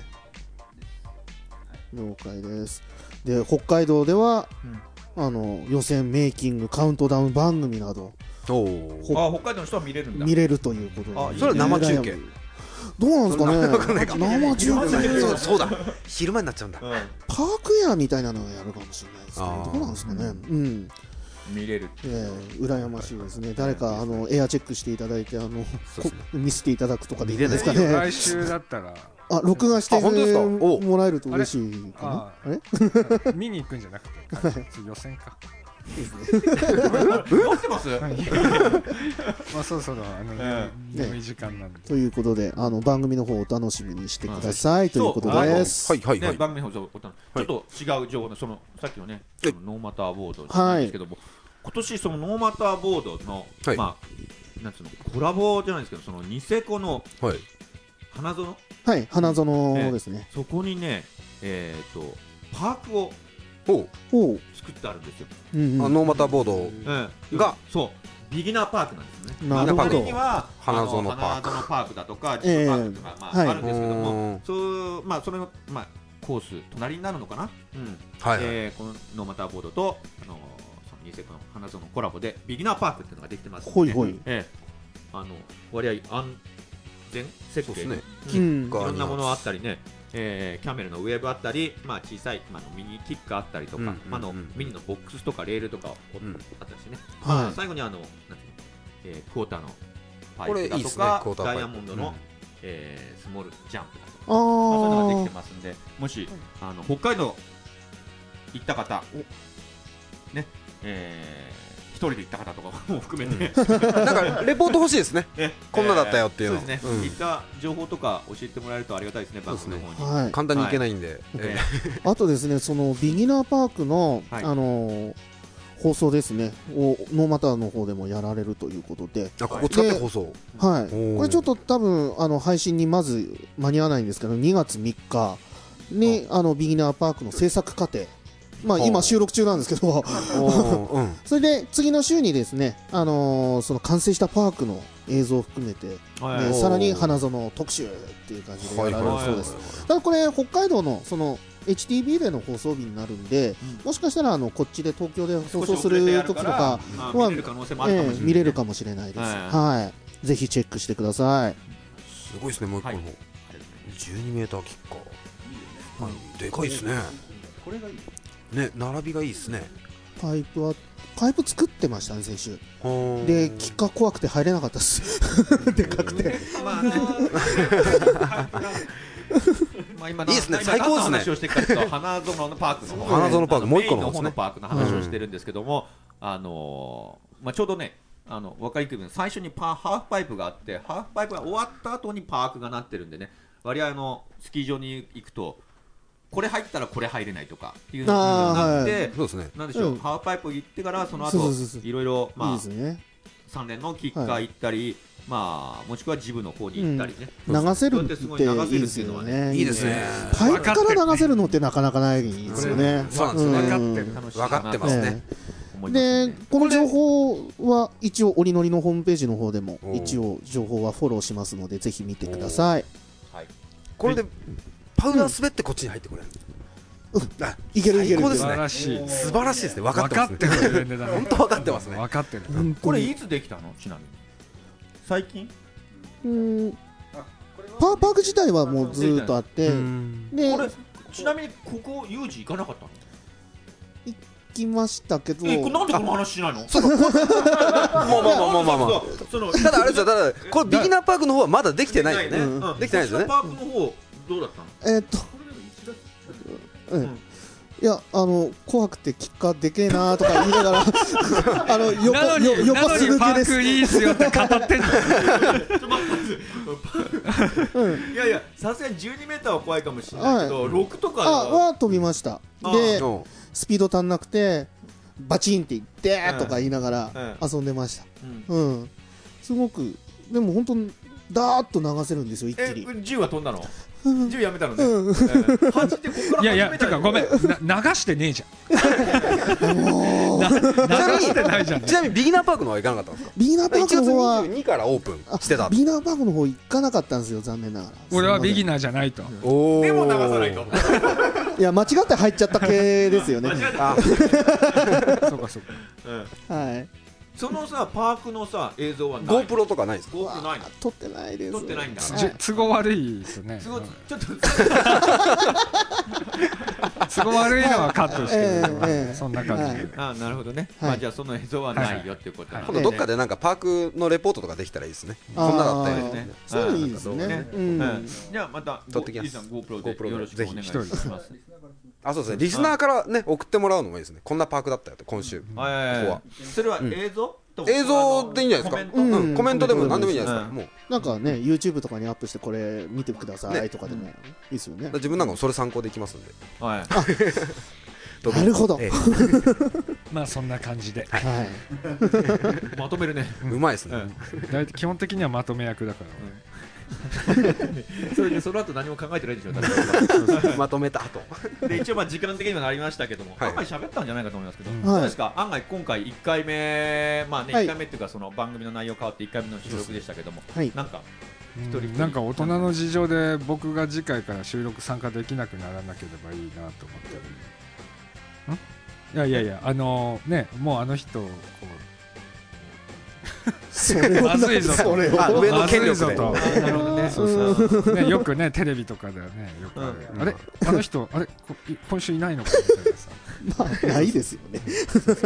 B: 了解です。で、北海道では、あの、予選、メイキング、カウントダウン番組など、
D: おお
B: ほ
A: あ、北海道の人は見れるんだ。
B: 見れるということで。
A: あいいね
D: それは生中継
B: どうなんですかね。生中継。
D: そうそうだ昼間になっちゃうんだ
A: う
B: パークウェアみたいなのをやるかもしれないですね
D: あー。
B: どうなんですかね。うん。
A: ん。見れる。
B: えー、羨ましいですね。誰かあのエアチェックしていただいてあの、
D: そうですね
B: こ見せていただくとかできないですか
C: いいよ
B: ね
C: 来。週だったら
B: あ、録画して
D: あ本当ですかお
B: もらえると嬉しいかな。あれ
C: 見に行くんじゃなくて予
B: <laughs>
C: 選か
A: 持ってます
C: まあそろそろあの
A: え
C: 眠い時間なんで
B: ということであの番組の方をお楽しみにしてくださいということ
A: そう
B: です。
D: はいはいは
A: ね、
D: い
A: 番組の方ちょっと違う情報のそのさっきのね
D: はい
A: そのノーマターボードなんですけども、今年そのノーマターボードの、
D: はい
A: まあなんつうのコラボじゃないですけどそのニセコの
D: はい
A: 花園
B: はい、花園ですね。
A: そこにねえっ、とパークを
D: おう
B: おう、
A: 作ってあるんですよ、
B: うん
D: あ
B: うん、
D: ノーマターボード
A: うん
D: が
A: そうビギナーパークなんですよね
B: なるほ
A: 周り
B: ど
A: に。は
D: 花園
A: あの
D: パーク
A: 花園パークだとかジップパークとか、まあ
B: はい
A: あるんですけど
D: う
A: も
D: ん
A: そうまあそれのまあコース隣になるのかな、うん、
D: はいはい
A: えーこのノーマターボードと、あのーそのニセコの花園のコラボでビギナーパークっていうのができてますんで
B: ほいほい
A: えーあの割合安全設
D: そうで
A: 計
D: すね
A: う
B: うんん
A: いろんなものあったりね、えーキャメルのウェーブあったり、まあ、小さい、まあ、あのミニキックあったりとか、
D: うんうんうん
A: まあ、あのミニのボックスとかレールとかを
D: ん
A: あったりしてね、まあ
B: は
A: 最後にあのなんていうの、えークォーターのパイ
D: これい
A: プ
D: いで
A: だと
D: すね
A: か
D: クォーター
A: ダ
D: パイプ
A: イヤモンドの、えースモールジャンプだとか。
B: い。あ
A: まあ、そういうのができ
B: ー
A: てますんで、もし、あの北海道行った方、ね、えー一人で行った方とかも <laughs> 含めて、
D: なんかレポート欲しいですね
A: ね
D: こんなだったよっていうの
A: えーそうですね、
D: うん
A: 行った情報とか教えてもらえるとありがたいですね、番組の方に。
B: はい。
D: 簡単にいけないん <laughs> で
A: え
D: え
B: あとですね、そのビギナーパークの、
A: はい
B: あのー放送ですね、をノーマターの方でもやられるということで、
D: ーあここ使って放送
B: はい、
D: おー
B: これちょっと多分あの配信にまず間に合わないんですけど、2月3日にあのビギナーパークの制作過程、まあ、
D: ほう
B: 今、収録中なんですけど、
D: おーうん
B: それで次の週にですね、あのーその完成したパークの映像を含めて、
A: は
B: で
D: おー
B: さらに花園特集っていう感じでやられるそうです。
D: す
B: ただこれ北海道のその HTB での放送日になるんで、
A: うん
B: もしかしたらあのこっちで東京で放
A: 少し
B: 送す
A: 遅れてや
B: る
A: る
B: 時
A: か
B: と
A: ら
B: か、
A: まあ
B: は
A: 見れる可能性もあるかもしれな
B: え
A: い、
B: え見れるかもしれないです、
A: はい
B: はい、ぜひチェックしてください
D: ごいですねもう一個
A: はい
D: も12メーターキッカーはいでかいですね
E: これがいいよ
D: ね並びがいいですね
B: パイプはパイプ作ってましたね先週
D: ほー
B: でキッカー怖くて入れなかったですでかくて
A: まあねまあ今の
D: いいですね
A: 今
D: 最高です
A: 何の
D: ね
A: 話をしてるかというと花園のパークの方
D: 花園パーク
A: あ
D: もう一個
A: メイン
D: の
A: の方
D: 方で
A: の
D: すね
A: パークの話をしてるんですけども、あのーまあ、ちょうどねあの分かりにくいけど最初にパーハーフパイプがあってハーフパイプが終わった後にパークがなってるんでね割合あのスキー場に行くとこれ入ったらこれ入れないとかっていうのがなって、
D: そうですね
A: なんでしょう、
B: うん
A: ハーフパイプ行ってからその
B: そうそ
A: 後
B: うそうそう
A: いろいろまあ
B: いいですね
A: 三連のキッカー行ったり、まあもしくはジムの方に行ったりね、
B: 流せるっ
A: そうやって
B: て
A: すごい流せる
B: いいで
A: って
B: す
A: いうの
B: よ
A: は
B: ね
D: いいですね
B: パイプから流せるのってなかなかないですよね
D: そうなんです
B: う
D: よ
B: ん
C: 分か
D: ね
C: ってる
A: 楽しい
D: 分かってますね
A: 思いますよ
B: で
A: ね
B: この情報は一応、おりのりのホームページの方でも一応情報はフォローしますのでぜひ見てください。
A: はい、
D: これでパウダー滑ってこっちに入ってくれるあ
B: いけるいける
D: 最高で
C: 素
D: す
C: 晴
D: ね
C: らしい
D: 素晴らしいですね分かっ
C: 分
D: て
C: か
D: ま
C: っ
D: す
C: て
D: ね
C: るレベルだね
D: 本当分かってますね
C: 分かってる
B: 本当に
A: これいつできたのちなみに最近
B: うん
E: これは
B: パーパーク自体はもうずーっとあって、
D: うん
B: で
A: これ
B: 行
A: ちなみにここ有事行かなかったの
B: きましたけど、
A: えこれなんでこの話しないの
D: そうかもうまあまあまあまあまあ
A: そうそうその
D: ただあれですよただこれビギナーパークの方はまだできてないよね
B: うん
A: うん
D: できてないですよね
A: こっちのパークの方どうだったの
B: えーっと、
E: これでも1月
B: うん
A: うん
B: いやあの怖くてキッカーでけえなーとか言いながらあの横
C: なのに
B: よ
C: な
B: 横
C: の
B: す
C: に
B: 抜けで
C: パーク
B: す。
C: いいっすよって語ってんの
B: うん
A: いやいやさすがに12メーターは怖いかもしれないけど、六6とか
B: あは飛びました。
A: あ
B: で
D: うん
B: スピード足んなくて。バチンっていって
A: うん
B: とか言いながら遊んでました、
A: うん
B: うんすごくでも本当にダーッと流せるんですよ一気
A: え
B: に、
A: 銃は飛んだの
B: うん
A: 銃やめたのね
B: うん
A: うん八ってこっから
C: いやい
A: 始
C: や
A: め
C: て
A: た
C: か
A: よ
C: ごめんな流してねえじゃんな流してないじゃん
D: ちなみにビギナーパークの方は行かなかったんです
B: ビギナーパ
D: か
B: ーク
D: 1
B: の
D: 月
B: 方は
D: 22からオープンしてた
B: あビギナーパークの方行かなかったんですよ残念ながら
C: 俺はビギ
B: ナ
C: ナーじゃないと
D: おー
A: でも流さないと
B: ーいや間違って入っちゃった系で
A: <laughs>
B: すよね
D: あ
C: <laughs> そうかそうか
A: うん
B: はい
A: そのさパークのさ映像はない
D: GoPro とかないですか
A: GoPro ないの
B: 撮ってないです
A: 撮ってないんだ
B: は
C: じ都合悪いですね
A: すごい
C: うん
A: ちょっと
C: 都合悪いのはカットして
B: えええ
D: <laughs>
B: え
C: そんな感じで
A: あなるほどね、
B: はい
A: まあじゃあその映像はないよっていうことなん
C: はいは
A: で
D: 今度どっかでなんかパークのレポートとかできたらいいですね
B: あー
D: こんなだったよ
A: ね
B: そういうのいいですね
A: ね
B: うん
A: うんじゃあまた
D: 撮ってきます
A: ゆうさん GoPro で
D: GoPro
A: よろしくお願いし
C: ぜひ一
A: ま
E: あ
A: す
E: リスナーから来て
D: あそうですねリスナーからね送ってもらうのもいいですねこんなパークだったよって今週
A: はい
D: ここは
A: それは映像、と
D: 映像でいいんじゃないで
A: コメ
D: すか
A: ント
B: う
D: うんんコメントでも何でもいいんじゃないです
A: う
D: か
A: ん
D: もう
B: なんかね YouTube とかにアップしてこれ見てください
D: ね
B: とかでもいいですよね
D: だから自分なんかもそれ参考できますんで
A: はい、
B: なるほど
D: え
C: まあそんな感じで
B: はい
A: まとめるね、
D: えうまいです
A: う
D: ね
A: ん、
C: 大体基本的にはまとめ役だから俺
A: それでその後何も考えてないでしょ多分
D: まとめた後
A: で一応まあ時間的にはなりましたけども、
D: はい
A: 案外喋ったんじゃないかと思いますけど、
C: うん
A: どうですか案外今回1回目まあね
B: はい
A: 1回目っていうかその番組の内容変わって1回目の収録でしたけども、
B: はい
A: なんか
C: うん
A: 一人一人
C: なんか大人の事情で僕が次回から収録参加できなくならなければいいなと思ってるんいやいやいやあのねもうあの人こう
B: それは
C: まずいぞ
B: それは
D: あ上の
C: まず
D: 権
C: い
D: 力
C: ぞ
D: で
C: と
A: なるほどね
C: そうそうそうねよくねテレビとかではねよくある、
D: うん
C: あれあの人あれこい今週いないのかみたいなさ
B: まあないですよね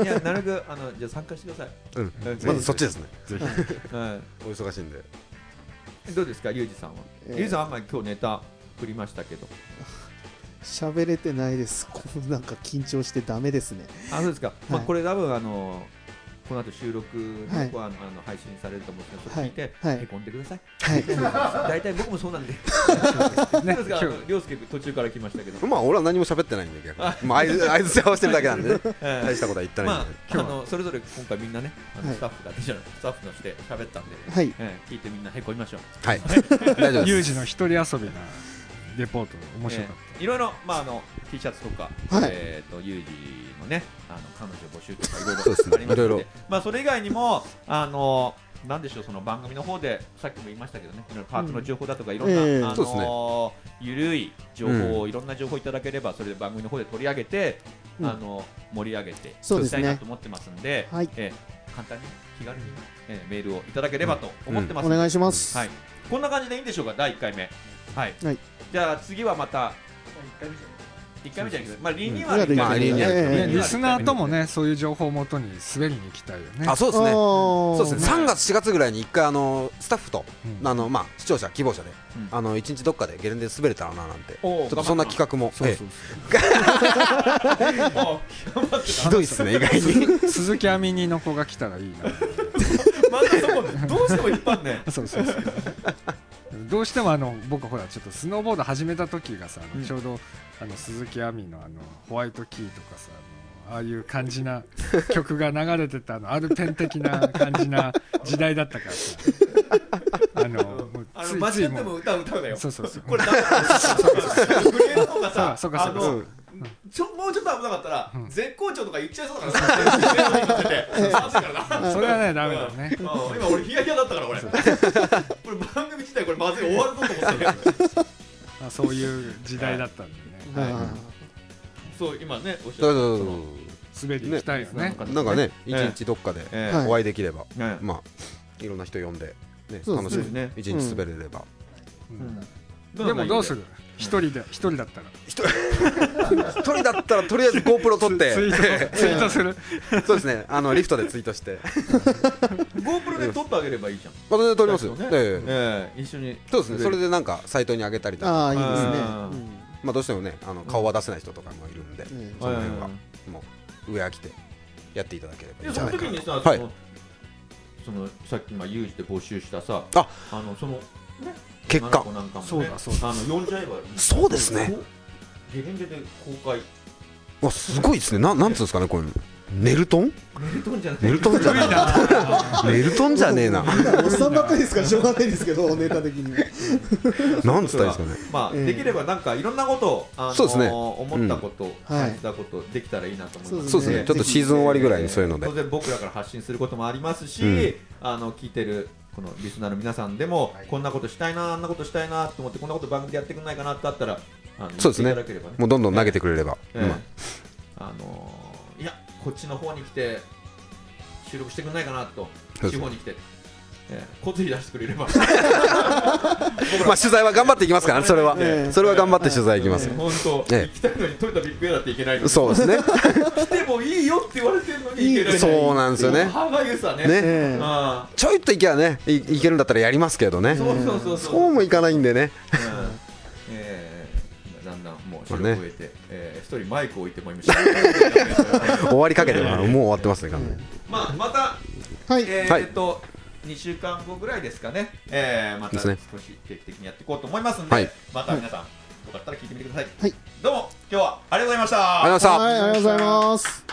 A: いやなるべくあのじゃあ参加してください、
D: うん
A: うん
D: まずそっちですね
C: ぜひ
A: うん
D: お忙しいんで
A: どうですかリュウジさんは、
B: えー
A: リュウジさん案外今日ネタ振りましたけど
B: 喋れてないですこうなんか緊張してダメですね
A: あそうですか、まあ
B: はい
A: これ多分あのこの後収録
B: は
A: はいあのあの配信されると思うんですけど、それ聞いて、
B: はいはい
A: へこんでください。
B: はい
A: 大体僕もそうなんで。
C: ね
A: そうですか
C: 今
A: あの涼介途中から来ましたけど。
D: <laughs> まあ俺は何も喋ってないんで逆
A: あ
D: にまあ相づ相づち合わせてるだけなんでね
A: え
D: 大
A: ー
D: したことは言ってない
A: ま
D: んで <laughs>
A: あ、あのそれぞれ今回みんなね、あの
B: はい
A: スタッフが、じゃないスタッフのして喋った
D: <laughs>
A: んで、
B: はい
A: えー聞いてみんなへこみましょう。
D: はい大丈夫
C: 日ユ
D: で
C: ー
D: す
C: ジの一人遊びなレポート面白かっ
A: えーいろいろ、まあ、あの T シャツとか、
B: はい
A: えー、とユージのねあの彼女募集とかいろい
D: そうです
A: ろ
D: ね
A: あります
D: い
A: の
D: ろい
A: で
D: ろ
A: まあ、それ以外にもあのなんでしょうその番組の方でさっきも言いましたけどねいろいろパークの情報だとかいろんな、
B: ええ
A: あ
D: そうです
A: のゆるい情報を、
D: う
A: いろんな情報いただければそれで番組の方で取り上げて、
B: うん
A: あの盛り上げてい
B: そうで
A: き
B: す
A: た
B: ね
A: いなと思ってますんで、
B: はい
A: えー簡単に気軽に、えーメールをいただければと思ってます
B: お
A: んで、
B: 願いします
A: はい、こんな感じでいいんでしょうか第一回目はい、
B: はい
A: じゃあ次はまた
E: 一回目じゃない
A: 一回目じゃないけど、まあ、リニュー
B: うん
A: アル
D: まあ
A: リ
D: リ
A: ニ
D: ニ
A: ュー
D: ュー
A: ア
D: ア
A: ル
D: ル
A: リニューアル
C: た、
B: ええ
C: ね、リスナーともねそういう情報をもとに滑りに行きたいよね
D: あそうですね
B: そ
D: そうですね3月4月ぐらいに一回あのスタッフと
C: うん
D: あのまあ視聴者希望者で
A: うん
D: あの一日どっかでゲレンデで滑れたらななんてち
A: お
D: ょ
A: ー
D: っとそんな企画も
C: そうそう
A: もう頑張っ
D: ええ
A: て
D: ひどいですね意外に
C: そう鈴木亜美にの子が来たらいいな
A: たまたそこどうしても引っ張ん
C: <laughs>
A: ね
C: そうそうそうどうしてもあの僕ほらちょっとスノーボード始めた時がさ、あの
A: うん
C: ちょうどあの鈴木亜美のあのホワイトキーとかさあのああいう感じな曲が流れてたあのアルペン的な感じな時代だったからさあのもう
A: あの
C: つ
A: 間違
C: い
A: っ
C: つい
A: て
C: も
A: も
C: う
A: 歌う歌うだよ
C: そうそうそう
A: これだから <laughs> フレーズの方がさ
C: そうそうかそうか
A: あの
C: うん
A: ちょもうちょっと危なかったら、
C: うん
A: 絶好調とか言っちゃいそうだからさフレーズに乗せて恥ずかしいからな
C: それはねダメだね
A: うん今俺ヒヤヒヤだったから
C: <laughs>
A: 俺これ番組自体これまずい終わるぞと思って
C: まあそういう時代だったんでね
B: あ
A: そう今ねおっし
D: ど
A: ゃ
D: う
A: っ
D: ぞ
A: た
D: どうぞ
C: 滑り行きたいよね
A: ね
D: なんかね一
A: ええ
D: 日どっかで
A: え
B: はい
D: お会いできれば
A: えええ
D: まあいろんな人呼んでね
B: そうで
D: 楽
B: す
D: し
B: ね
D: みに一日滑れれば
C: うん
A: え
C: でもどうする一人で一人だったら
D: 一人だったらとりあえず GoPro 撮っ
C: ツイ
D: て
C: ートツイートする
D: そうですねあのリフトでツイートして
A: GoPro で撮ってあげればいいじゃん
D: まあそれで撮りますよ
A: そうですよね
D: え
A: え
D: え
A: え一緒に
D: そうですねそれ
A: で
D: でなんかサイトに上げたりとか
B: あ
A: あ
B: ー
A: ー
B: いいですね
D: まあどうしてもねあの顔は出せない人とかもいるんで
B: うん
D: その辺はもう上飽きてやっていただければいいんじ
A: その
D: ゃない
A: 時
D: かな
A: にさ
D: はい
A: そのそのさっき今有事で募集したさ
D: あ
A: あのその
D: 結
A: 女の
D: 果
A: 子なんかもね
C: そうだそう
A: あの呼んじゃえばいい
D: そうですね
A: こうゲレンデで公開
D: わすごいですねななんつうんですかねこういうのネルトン
A: メルトンじゃない
D: ネルトンじゃねえネルトンじゃねえな
B: おっさんばっかりですからしょうがないですけどネタ的に
D: なんつったらいいですかね
A: <laughs> まあ、
B: ええ
A: できればなんかいろんなことを、あのー
D: そうですね
A: 思ったこと、
B: はい
A: 感じたことできたらいいなと思います
D: そうですねちょっとシーズン終わりぐらいにそういうので
A: 当然僕らから発信することもありますし、
D: うん
A: あの聞いてるこのリスナーの皆さんでも、こんなことしたいなあんなことしたいなと思ってこんなこと番組でやってくれないかなってあったらあの
D: そうですね
A: 言っていただければね
D: もうどんどん投げてくれれば、
A: ええあのーいやこっちの方に来て収録してくれないかなと
D: そうそう
A: 地方に来て、ええ、交通費出してくれれば
D: <laughs> うんまあ取材は頑張っていきますからねそれは、
B: ええ
D: それは頑張って取材いきます、
A: 本当、
D: ええ
A: 行きたいのにトヨタビッグエアだって行けないのに
D: そうですね
A: 来てもいいよって言われてるのに行けない
D: そうなんですよね
A: 歯がゆさね
D: ね
B: ええ
A: あ
D: ちょいっといけばねいいけるんだったらやりますけど
A: あ
D: ね
A: そうそうそうそう
D: そうもいかないんでね
A: うんえーだんだんもう収録を終えて、えー一人マイクを置いても今収録を終え <laughs> てるんですけど
D: 終わりかけてるからもう終わってますね完全に
A: まあまた
B: はい
A: え
D: はい
A: ーっと、2週間後ぐらいですかね、えー、また
D: です
A: 少
D: ね
A: し定期的にやっていこうと思いますんで、
D: はい
A: また皆さん、よかったら聞いてみてください。
B: はい
A: どうも、今日はありがとうございました。
D: ありがとうございました
B: はいありがとうございます